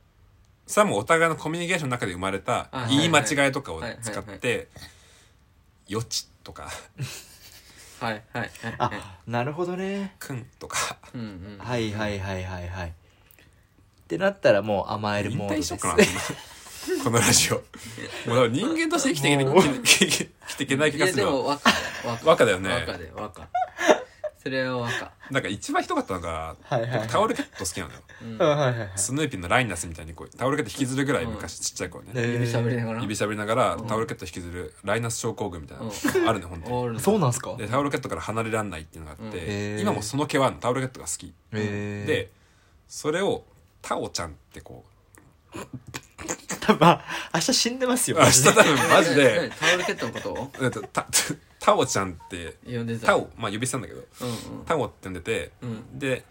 Speaker 2: それはもうお互いのコミュニケーションの中で生まれた
Speaker 3: あ
Speaker 2: 言い間違いとかを
Speaker 3: はいはい
Speaker 2: 使っ
Speaker 3: はい
Speaker 2: て「よち」とか
Speaker 3: はいはいはいはい
Speaker 1: あなるほどね
Speaker 2: 「くん」とか
Speaker 3: うんうん
Speaker 1: はいはいはいはいはいってなったらもう甘える
Speaker 2: 引
Speaker 1: モード
Speaker 2: 退
Speaker 1: で
Speaker 2: し
Speaker 1: す
Speaker 2: ようか なこのこのラジオもう多分人間として生きていけない
Speaker 1: もう
Speaker 2: 生きて生きていけない気
Speaker 3: い
Speaker 2: が
Speaker 3: や
Speaker 2: す
Speaker 3: で
Speaker 2: る
Speaker 3: も
Speaker 2: わ
Speaker 3: 若若
Speaker 2: 若だよね
Speaker 3: 若で若それは若
Speaker 2: なんか一番ひどかったのが
Speaker 1: はいはいはい
Speaker 2: 僕タオルケット好きなのよ
Speaker 3: うん
Speaker 1: うんはいはいはい
Speaker 2: スヌーピーのライナスみたいにこうタオルケット引きずるぐらい昔ちっちゃい頃ね
Speaker 1: えー
Speaker 3: 指しゃべりながら
Speaker 2: 指しゃぶりながら
Speaker 3: うん
Speaker 2: タオルケット引きずるライナス症候群みたいなのあるね本当に
Speaker 3: おる
Speaker 1: そうなんすか
Speaker 2: でタオルケットから離れらんないっていうのがあっ
Speaker 3: うん
Speaker 1: へ
Speaker 2: て
Speaker 1: ー
Speaker 2: 今もその毛はあるのタオルケットが好き
Speaker 1: えー、
Speaker 2: でそれをタオちゃんってこう
Speaker 1: 多分あ明日死んでますよ
Speaker 2: 明日多分マジ
Speaker 3: え何
Speaker 2: で
Speaker 3: タオルケットのことを
Speaker 2: えっとたタオちゃんって
Speaker 3: 呼んでた
Speaker 2: タオまあ呼び捨てなんだけど
Speaker 3: うん
Speaker 2: タオって呼んでて
Speaker 3: うん
Speaker 2: で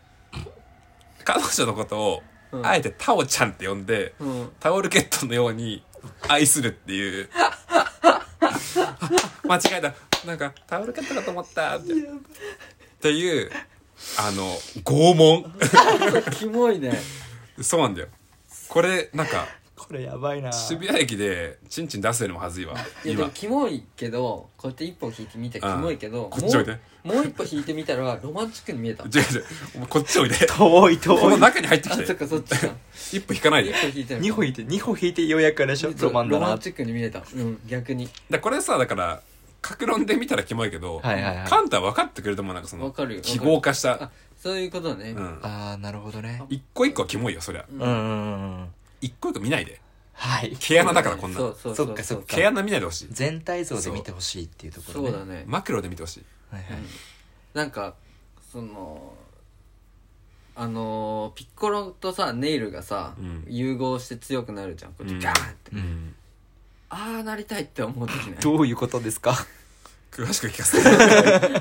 Speaker 2: 彼女のことを
Speaker 3: うん
Speaker 2: あえてタオちゃんって呼んで
Speaker 3: うんうん
Speaker 2: タオルケットのように愛するっていう あ間違えたなんかタオルケットかと思ったってっていうあの拷問
Speaker 3: キモいね
Speaker 2: そうなんだよこれなんか
Speaker 1: これやばいな
Speaker 2: 渋谷駅でチンチン出すよりもはずいわ
Speaker 3: いやでも
Speaker 2: 今
Speaker 3: キモいけどこうやって一歩引いてみたらキモいけど
Speaker 2: こっちおいで
Speaker 3: もうもう一歩引いてみたらロマンチックに見えた
Speaker 2: 違う違うお前こっちおいで
Speaker 1: 遠い
Speaker 2: こ
Speaker 1: 遠
Speaker 2: の
Speaker 1: い
Speaker 2: 中に入って
Speaker 3: あ
Speaker 2: き
Speaker 3: そってかそっちか
Speaker 2: 一歩引かない
Speaker 3: 一
Speaker 2: で
Speaker 3: 歩引いてる
Speaker 1: 2歩引いて2歩引いてようやくあれでしょロマンだ
Speaker 3: ロマ
Speaker 1: な
Speaker 3: ンチックに見えたうん逆に
Speaker 2: でこれさだから格論で見たらキモいけど、
Speaker 1: はいはいはい
Speaker 2: カンタは分かってくれると思うなんかそ
Speaker 3: わ
Speaker 2: の
Speaker 3: かるよ
Speaker 2: 記号化し
Speaker 3: あ
Speaker 2: た、
Speaker 3: そういうことね
Speaker 2: うん、
Speaker 1: ああなるほどね
Speaker 2: 一個一個はキモいよそりゃ
Speaker 1: うんうんうん
Speaker 2: 一個一個見ないで
Speaker 1: はい
Speaker 2: 毛穴だからこんな
Speaker 3: そう
Speaker 2: の
Speaker 3: そうそう
Speaker 1: そっかそっか
Speaker 2: 毛穴見ないでほしい
Speaker 1: 全体像で見てほしいっていうところ
Speaker 3: そうだね
Speaker 2: マクロで見てほしい
Speaker 1: はいはい
Speaker 3: なんかそのあのーピッコロとさネイルがさ、
Speaker 2: うん
Speaker 3: 融合して強くなるじゃんこっちガーンって、
Speaker 2: うん
Speaker 3: ああなりたいって思う時ね
Speaker 1: どういうことですか
Speaker 2: 詳しく聞かせ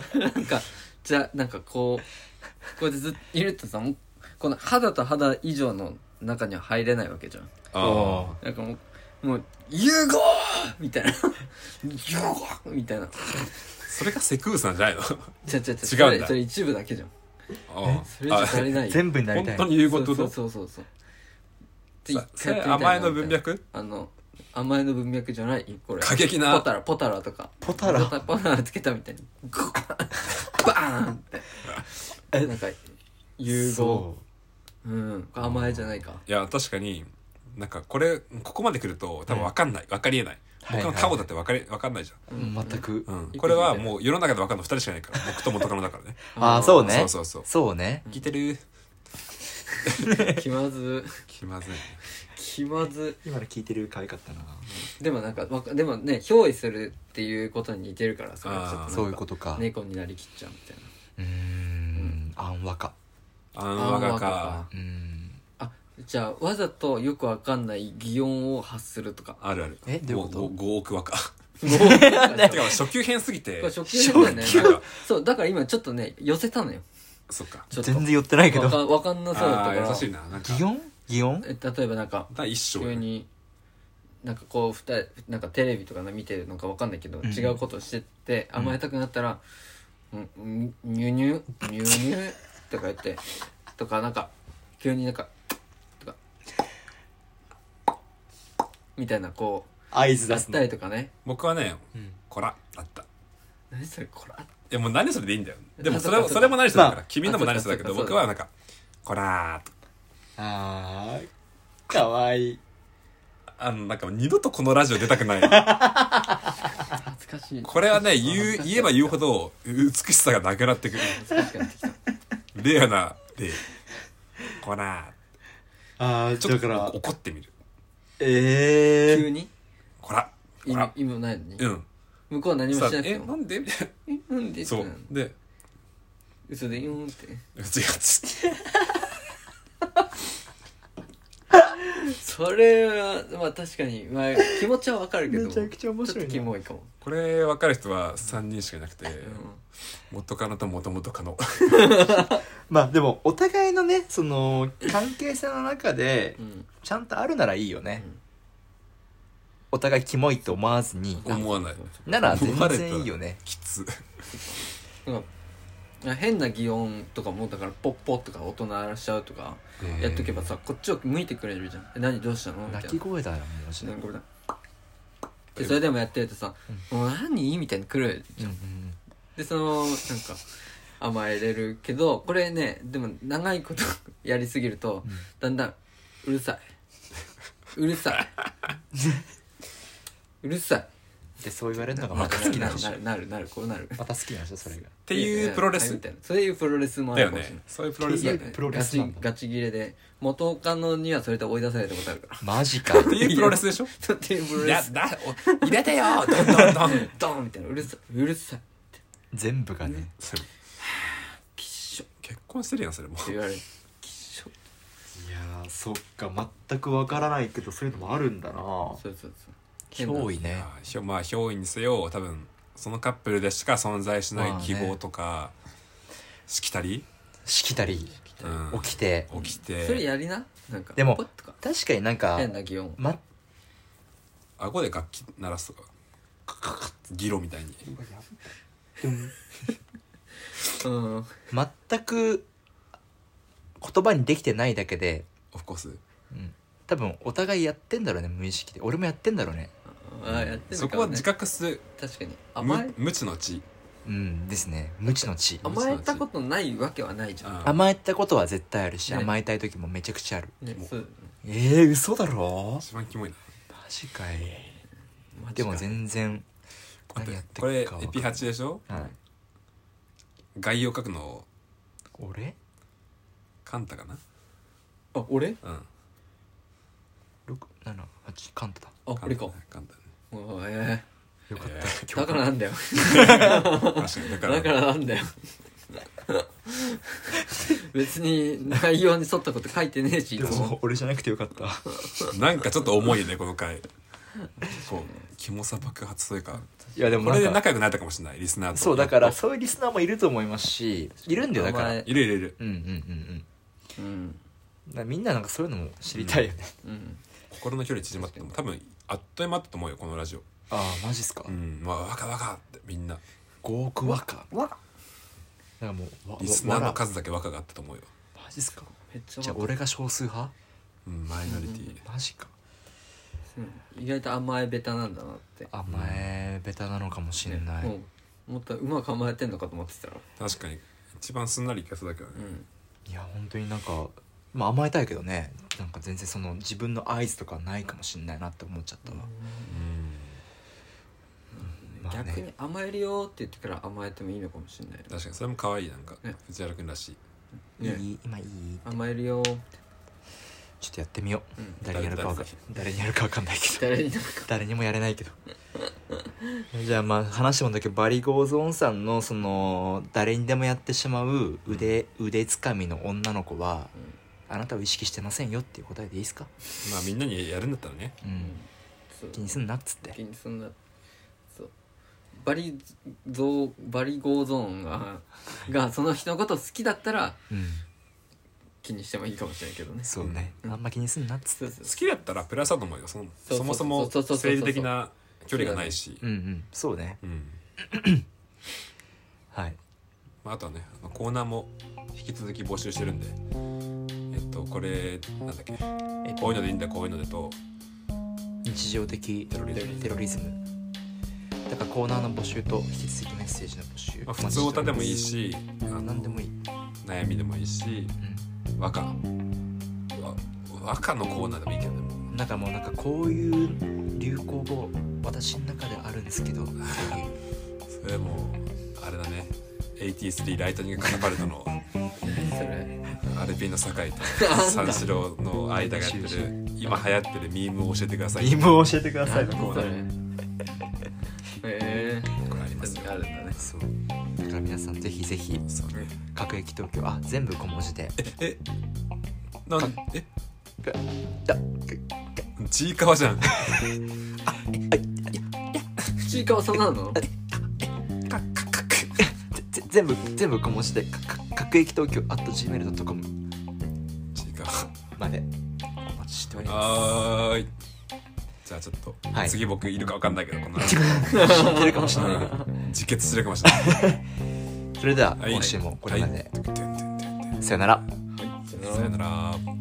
Speaker 2: て
Speaker 3: なんかじゃなんかこうこうやってずっといるとさもうこの肌と肌以上の中には入れないわけじゃん
Speaker 2: あ
Speaker 3: なんかもうもう融合みたいな 融合みたいな
Speaker 2: あそれがセクウさんじゃないのあ
Speaker 3: 違う違う違う
Speaker 2: 違
Speaker 3: そ
Speaker 2: うん
Speaker 3: れ
Speaker 2: だ
Speaker 3: それ一部だけじゃん
Speaker 2: あ
Speaker 3: それじゃ足りないよ
Speaker 1: 全部になり
Speaker 2: 本
Speaker 1: たい
Speaker 2: 当に言う
Speaker 3: そ
Speaker 2: こ
Speaker 3: う
Speaker 2: と
Speaker 3: そう
Speaker 2: と
Speaker 3: そうそうそうって一
Speaker 2: さ
Speaker 3: 回
Speaker 2: それ
Speaker 3: やってみたいな
Speaker 2: 甘えの文脈
Speaker 3: あの甘えの文脈じゃないこれ
Speaker 2: 過激な
Speaker 3: ポタラポタラとか
Speaker 1: ポタラ
Speaker 3: ポタポタラつけたみたいにグッバーンって
Speaker 1: え
Speaker 3: なんか融合、
Speaker 1: そう
Speaker 3: ん、甘えじゃないか
Speaker 2: いや確かになんかこれここまで来ると多分分かんない分かりえない
Speaker 1: はい
Speaker 2: 僕のタオだって分かり分かんないじゃ
Speaker 1: ううん全く
Speaker 2: ん、うん
Speaker 3: い、
Speaker 2: これはもう世の中で分かるの2人しかいないから僕と元カノだからね
Speaker 1: ああそうね
Speaker 2: そうそうそう
Speaker 1: そうね
Speaker 2: 聞いてる
Speaker 3: 気まず
Speaker 2: 気まずいね
Speaker 3: 気まず
Speaker 1: 今の聞いてる可愛かったな
Speaker 3: でもなんかわかでもね憑依するっていうことに似てるからそれはちょっとなん
Speaker 2: あ
Speaker 3: か
Speaker 1: そういうことか
Speaker 3: 猫になりきっちゃうみたいな
Speaker 1: うーんあんわか
Speaker 2: あんわがか
Speaker 1: うーん
Speaker 3: あじゃあわざとよくわかんない擬音を発するとか
Speaker 2: あるある
Speaker 1: えどういうこと
Speaker 2: ごご5億和歌
Speaker 3: なん
Speaker 2: てか初級編すぎて
Speaker 3: これ初級編だよね
Speaker 2: 初級
Speaker 3: なんかそうだから今ちょっとね寄せたのよ
Speaker 2: そっか
Speaker 3: ちょっと
Speaker 1: 全然寄ってないけ
Speaker 3: わ
Speaker 1: ど
Speaker 3: かわかんなそうだった
Speaker 2: あ
Speaker 3: か
Speaker 2: あ
Speaker 3: ら
Speaker 2: 優しいななんか
Speaker 1: 擬音擬音
Speaker 3: え例えばなんか
Speaker 2: 第一章
Speaker 3: 急になんかこう二人なんかテレビとかの見てるのかわかんないけど、
Speaker 1: ん
Speaker 3: 違うことしてって甘えたくなったら「うんうんニュニュニュニュ」とか言ってとかなんか急になんかとかみたいなこ
Speaker 1: 合
Speaker 3: う
Speaker 1: 図
Speaker 3: 出
Speaker 1: 出
Speaker 3: し
Speaker 1: す
Speaker 3: た
Speaker 1: の
Speaker 3: りとかね
Speaker 2: 僕はね
Speaker 1: うん
Speaker 2: こらだった
Speaker 3: 何それこら
Speaker 2: いやもう何それでいいんだよでもそれ
Speaker 3: あそ
Speaker 2: も
Speaker 3: っか
Speaker 2: それも何それだから、
Speaker 1: まあ
Speaker 2: 君のも何それだけど
Speaker 3: あそっか
Speaker 2: 僕はなんか「こらー」と
Speaker 1: あーかわいい
Speaker 2: あのなんか二度とこのラジオ出たくない
Speaker 3: 恥ずかしい
Speaker 2: これはね言う言えば言うほど美しさがなくなってくる
Speaker 3: 恥ずかしくなってきた
Speaker 2: レアなで「こら
Speaker 1: あ
Speaker 2: ー」
Speaker 1: あ
Speaker 2: ちょ
Speaker 1: だ
Speaker 2: っ
Speaker 1: から
Speaker 2: と怒ってみる
Speaker 1: え
Speaker 3: 急
Speaker 1: え
Speaker 3: に
Speaker 2: 「こら」「
Speaker 3: 意
Speaker 2: こら
Speaker 3: 味」意味もないのに
Speaker 2: うん
Speaker 3: 向こうは何も
Speaker 2: さ
Speaker 3: しなくて
Speaker 2: え
Speaker 3: も
Speaker 2: なんで?」みたい
Speaker 3: えなんで
Speaker 2: なそうで
Speaker 3: 嘘でいいもんって
Speaker 2: 「違う」つって
Speaker 3: それはまあ確かに、まあ、気持ちはわかるけど
Speaker 1: めちゃくちゃ面白いな
Speaker 3: ちょっとキモいかも、
Speaker 2: これ分かる人は3人しかいなくて
Speaker 3: うん
Speaker 2: 元カノと元々カノ
Speaker 1: まあでもお互いのねその関係性の中で
Speaker 3: うん
Speaker 1: ちゃんとあるならいいよね、
Speaker 3: うん
Speaker 1: お互いキモいと思わずに
Speaker 2: 思わない
Speaker 1: なら全然いいよね
Speaker 2: きつ
Speaker 3: なんか変な擬音とかもだからポッポとか大人らしちゃうとかやっとけばさこっちを向いてくれるじゃん「え何どうしたの?」みたいな
Speaker 1: 泣き声だよもうし
Speaker 3: なんかごめんでそれでもやってるとさ「もう何?」みたいに来る
Speaker 1: うんうん
Speaker 3: でそのなんか甘えれるけどこれねでも長いこと やりすぎると、だんだんうるさいうる さいうるさい
Speaker 1: でそう言われるのがまた好きなんでしょ
Speaker 3: なるなるなるこうなる
Speaker 1: また好きなんでしょそれが
Speaker 2: っていうプロレス
Speaker 3: みたいなそういうプロレスもあ
Speaker 2: だ
Speaker 3: る
Speaker 2: よ
Speaker 3: かもしれない
Speaker 2: ねそういうプロレス
Speaker 1: い
Speaker 2: だ
Speaker 1: や
Speaker 2: よ
Speaker 1: い
Speaker 2: ね
Speaker 1: やプロレス
Speaker 3: ガ
Speaker 1: なん
Speaker 3: チ
Speaker 1: だ
Speaker 3: ガチギレで元カノにはそれで追い出されたことあるから
Speaker 1: マジか
Speaker 2: っていうプロレスでしょ
Speaker 3: っていうプロ
Speaker 2: い
Speaker 3: レ
Speaker 2: や
Speaker 3: ス
Speaker 2: だお入れてよどんどんどん
Speaker 3: ドーンみたいなうるさいうるさい
Speaker 1: 全部がね
Speaker 2: それ
Speaker 3: きっしょっ
Speaker 2: 結婚してるやんそれも
Speaker 3: て言われるきっしょ
Speaker 1: いやーそっか全くわからないけどそういうのもあるんだな
Speaker 3: そうそうそう
Speaker 1: 脅威ね
Speaker 2: まあひょまあ憑依にせよ多分そのカップルでしか存在しない希望とかしきたり
Speaker 1: しきたり
Speaker 2: うん
Speaker 1: 起きて
Speaker 2: 起きて
Speaker 3: それやりななんか
Speaker 1: でも
Speaker 3: ポッとか
Speaker 1: 確かになんか
Speaker 3: 変な擬音
Speaker 1: ま
Speaker 2: 顎で楽器鳴らすとかカカカッギロみたいに
Speaker 3: うん
Speaker 1: 全く言葉にできてないだけで
Speaker 2: オフコース
Speaker 1: 多分お互いやってんだろうね無意識で俺もやってんだろうね
Speaker 3: あやってる
Speaker 2: そこは自覚する
Speaker 3: 確かに甘え
Speaker 2: む無知の知
Speaker 1: うんですね無知の知
Speaker 2: あ
Speaker 3: 甘えたことないわけはないじゃん、
Speaker 2: うん
Speaker 1: 甘えたことは絶対あるし
Speaker 3: ね
Speaker 1: 甘えたい時もめちゃくちゃある
Speaker 3: ね
Speaker 2: もう
Speaker 3: そう
Speaker 1: えー、嘘だろ
Speaker 2: 一番キモいな
Speaker 1: マジかい
Speaker 3: マジか
Speaker 1: でも全然何やって
Speaker 2: これ
Speaker 1: る
Speaker 2: エ
Speaker 1: かわかんない
Speaker 2: ピ8でしょ
Speaker 1: はい
Speaker 2: 概要書くの
Speaker 1: 俺
Speaker 2: カンタかな
Speaker 3: あ俺
Speaker 2: うん
Speaker 1: 六七八カンタだ
Speaker 3: あ俺か
Speaker 2: カンタね
Speaker 3: おいえ
Speaker 1: よかった、
Speaker 2: え
Speaker 3: ーだからなんだよ
Speaker 2: ー確かにだから
Speaker 3: だからなんだよ別に内容に沿ったこと書いてねえしいつも
Speaker 1: 俺じゃなくてよかった
Speaker 2: なんかちょっと重いよねこ の回こうキモさ爆発というか
Speaker 1: いやで
Speaker 2: こ
Speaker 1: も
Speaker 2: れで
Speaker 1: なんか
Speaker 2: 仲良くなれたかもしれないリスナーと
Speaker 1: そうだからそういうリスナーもいると思いますしいるんだよだから
Speaker 3: 甘
Speaker 1: う
Speaker 3: え
Speaker 1: ん
Speaker 2: いるいるいる
Speaker 1: うんうんうん
Speaker 3: うん
Speaker 1: だからみんななんかそういうのも知りたいよね、
Speaker 3: うん
Speaker 2: 心の距離縮まっても多分あっという間だったと思うよこのラジオ
Speaker 1: ああマジっすか
Speaker 2: うんまあ若若ってみんな
Speaker 1: 5億和歌
Speaker 3: わ
Speaker 1: なんかもうわ
Speaker 2: リスナー
Speaker 1: わ
Speaker 2: の
Speaker 1: わら
Speaker 2: 数だけ若があったと思うよ
Speaker 1: マジっすか
Speaker 3: めっちゃ
Speaker 1: じゃあ
Speaker 3: わ
Speaker 1: 俺が少数派
Speaker 2: うんマイノリティ
Speaker 1: マジか
Speaker 3: うん意外と甘えベタなんだなって
Speaker 1: 甘えベタなのかもしれない、
Speaker 3: ねもうもっとうまく甘えてんのかと思ってたら
Speaker 2: 確かに一番すんなりいかそうだけど
Speaker 3: う
Speaker 2: ね
Speaker 3: ん
Speaker 1: いや本当になんかまあ甘えたいけどねなんか全然その自分の合図とかないかもしれないなって思っちゃったわ、まあね
Speaker 3: 逆に甘えるよって言ってから甘えてもいいのかもしれない
Speaker 2: 確かにそれも可愛いなんか
Speaker 3: ね
Speaker 2: 藤原君らしい
Speaker 3: ね
Speaker 1: いい今いい
Speaker 3: 甘えるよ
Speaker 1: ちょっとやってみよう、
Speaker 3: うん
Speaker 1: 誰にやるかわか
Speaker 2: 誰
Speaker 1: 誰にやるかわかんないけど
Speaker 3: 誰になんか
Speaker 1: 誰にもやれないけどじゃあまあ話もんだけどバリゴーゾーンさんのその誰にでもやってしまう腕、腕つかみの女の子は、あなたを意識してませんよっていう答えでいいですか、
Speaker 2: まあみんなにやるんだったらね
Speaker 1: うん
Speaker 3: そう
Speaker 1: 気にすんなっつって
Speaker 3: 気にすんなそうバリゾーバリゴーゾーンががその人のこと好きだったら
Speaker 1: うん
Speaker 3: 気にしてもいいかもしれないけどね
Speaker 1: そうね、
Speaker 3: うん
Speaker 1: あんま気にすんなっつ
Speaker 3: そ
Speaker 1: っ
Speaker 3: う
Speaker 1: て
Speaker 3: そう
Speaker 2: 好きだったらプラスだと思うよその
Speaker 3: そう
Speaker 2: そもそも
Speaker 3: そうそうそうそう
Speaker 2: 生理的な距離がないし
Speaker 1: うんうんそうね
Speaker 2: うん
Speaker 1: はい
Speaker 2: まああとはねあのコーナーも引き続き募集してるんでえっとこれなんだっけ
Speaker 1: えっ
Speaker 2: こ
Speaker 1: と
Speaker 2: ういうのでいいんだこういうのでと
Speaker 1: 日常的テ
Speaker 2: ロリズ
Speaker 1: ロリズムだからコーナーの募集と引き続きメッセージの募集
Speaker 2: まあ、普通歌でもいいしあ
Speaker 1: あ
Speaker 2: の
Speaker 1: 何でもいい、うん、
Speaker 2: 悩みでもいいし和歌わ和歌のコーナーでもいいけどねも
Speaker 1: なんかもうなんかこういう流行語私の中であるんです けどっていう
Speaker 2: うそれもうあれだね83ライトニングカタパルトの
Speaker 3: 何それ
Speaker 2: アルピーの酒井と
Speaker 3: なん
Speaker 2: 三
Speaker 3: だ
Speaker 2: 四郎の間がやってる今流行ってるミームを教えてください
Speaker 1: リムを教えてくださいのコーナ
Speaker 3: 何それ
Speaker 1: ー
Speaker 3: へえ
Speaker 2: これありますよ
Speaker 3: あるんだね
Speaker 1: そうだから皆さんぜひぜひ
Speaker 2: そうね
Speaker 1: 各駅東京あ全部小文字で
Speaker 2: えなんえ
Speaker 1: だ
Speaker 2: ちいかわじゃん
Speaker 3: ちいかわさんなの
Speaker 2: カッカッカッ
Speaker 1: ぜぜ全部全部小文字でかか各駅東京 at gmail.com
Speaker 2: ちいかわ
Speaker 1: までお待ちしておりま
Speaker 2: はーいじゃあちょっと、
Speaker 1: はい
Speaker 2: 次僕いるかわかんないけどこ の
Speaker 1: す知ってるかもしれないけど
Speaker 2: 自決するかもしれない
Speaker 1: それでは
Speaker 2: はい
Speaker 1: 今週もこれまで、
Speaker 2: はいてんてんてんてん
Speaker 1: さよなら
Speaker 3: はい
Speaker 2: さよなら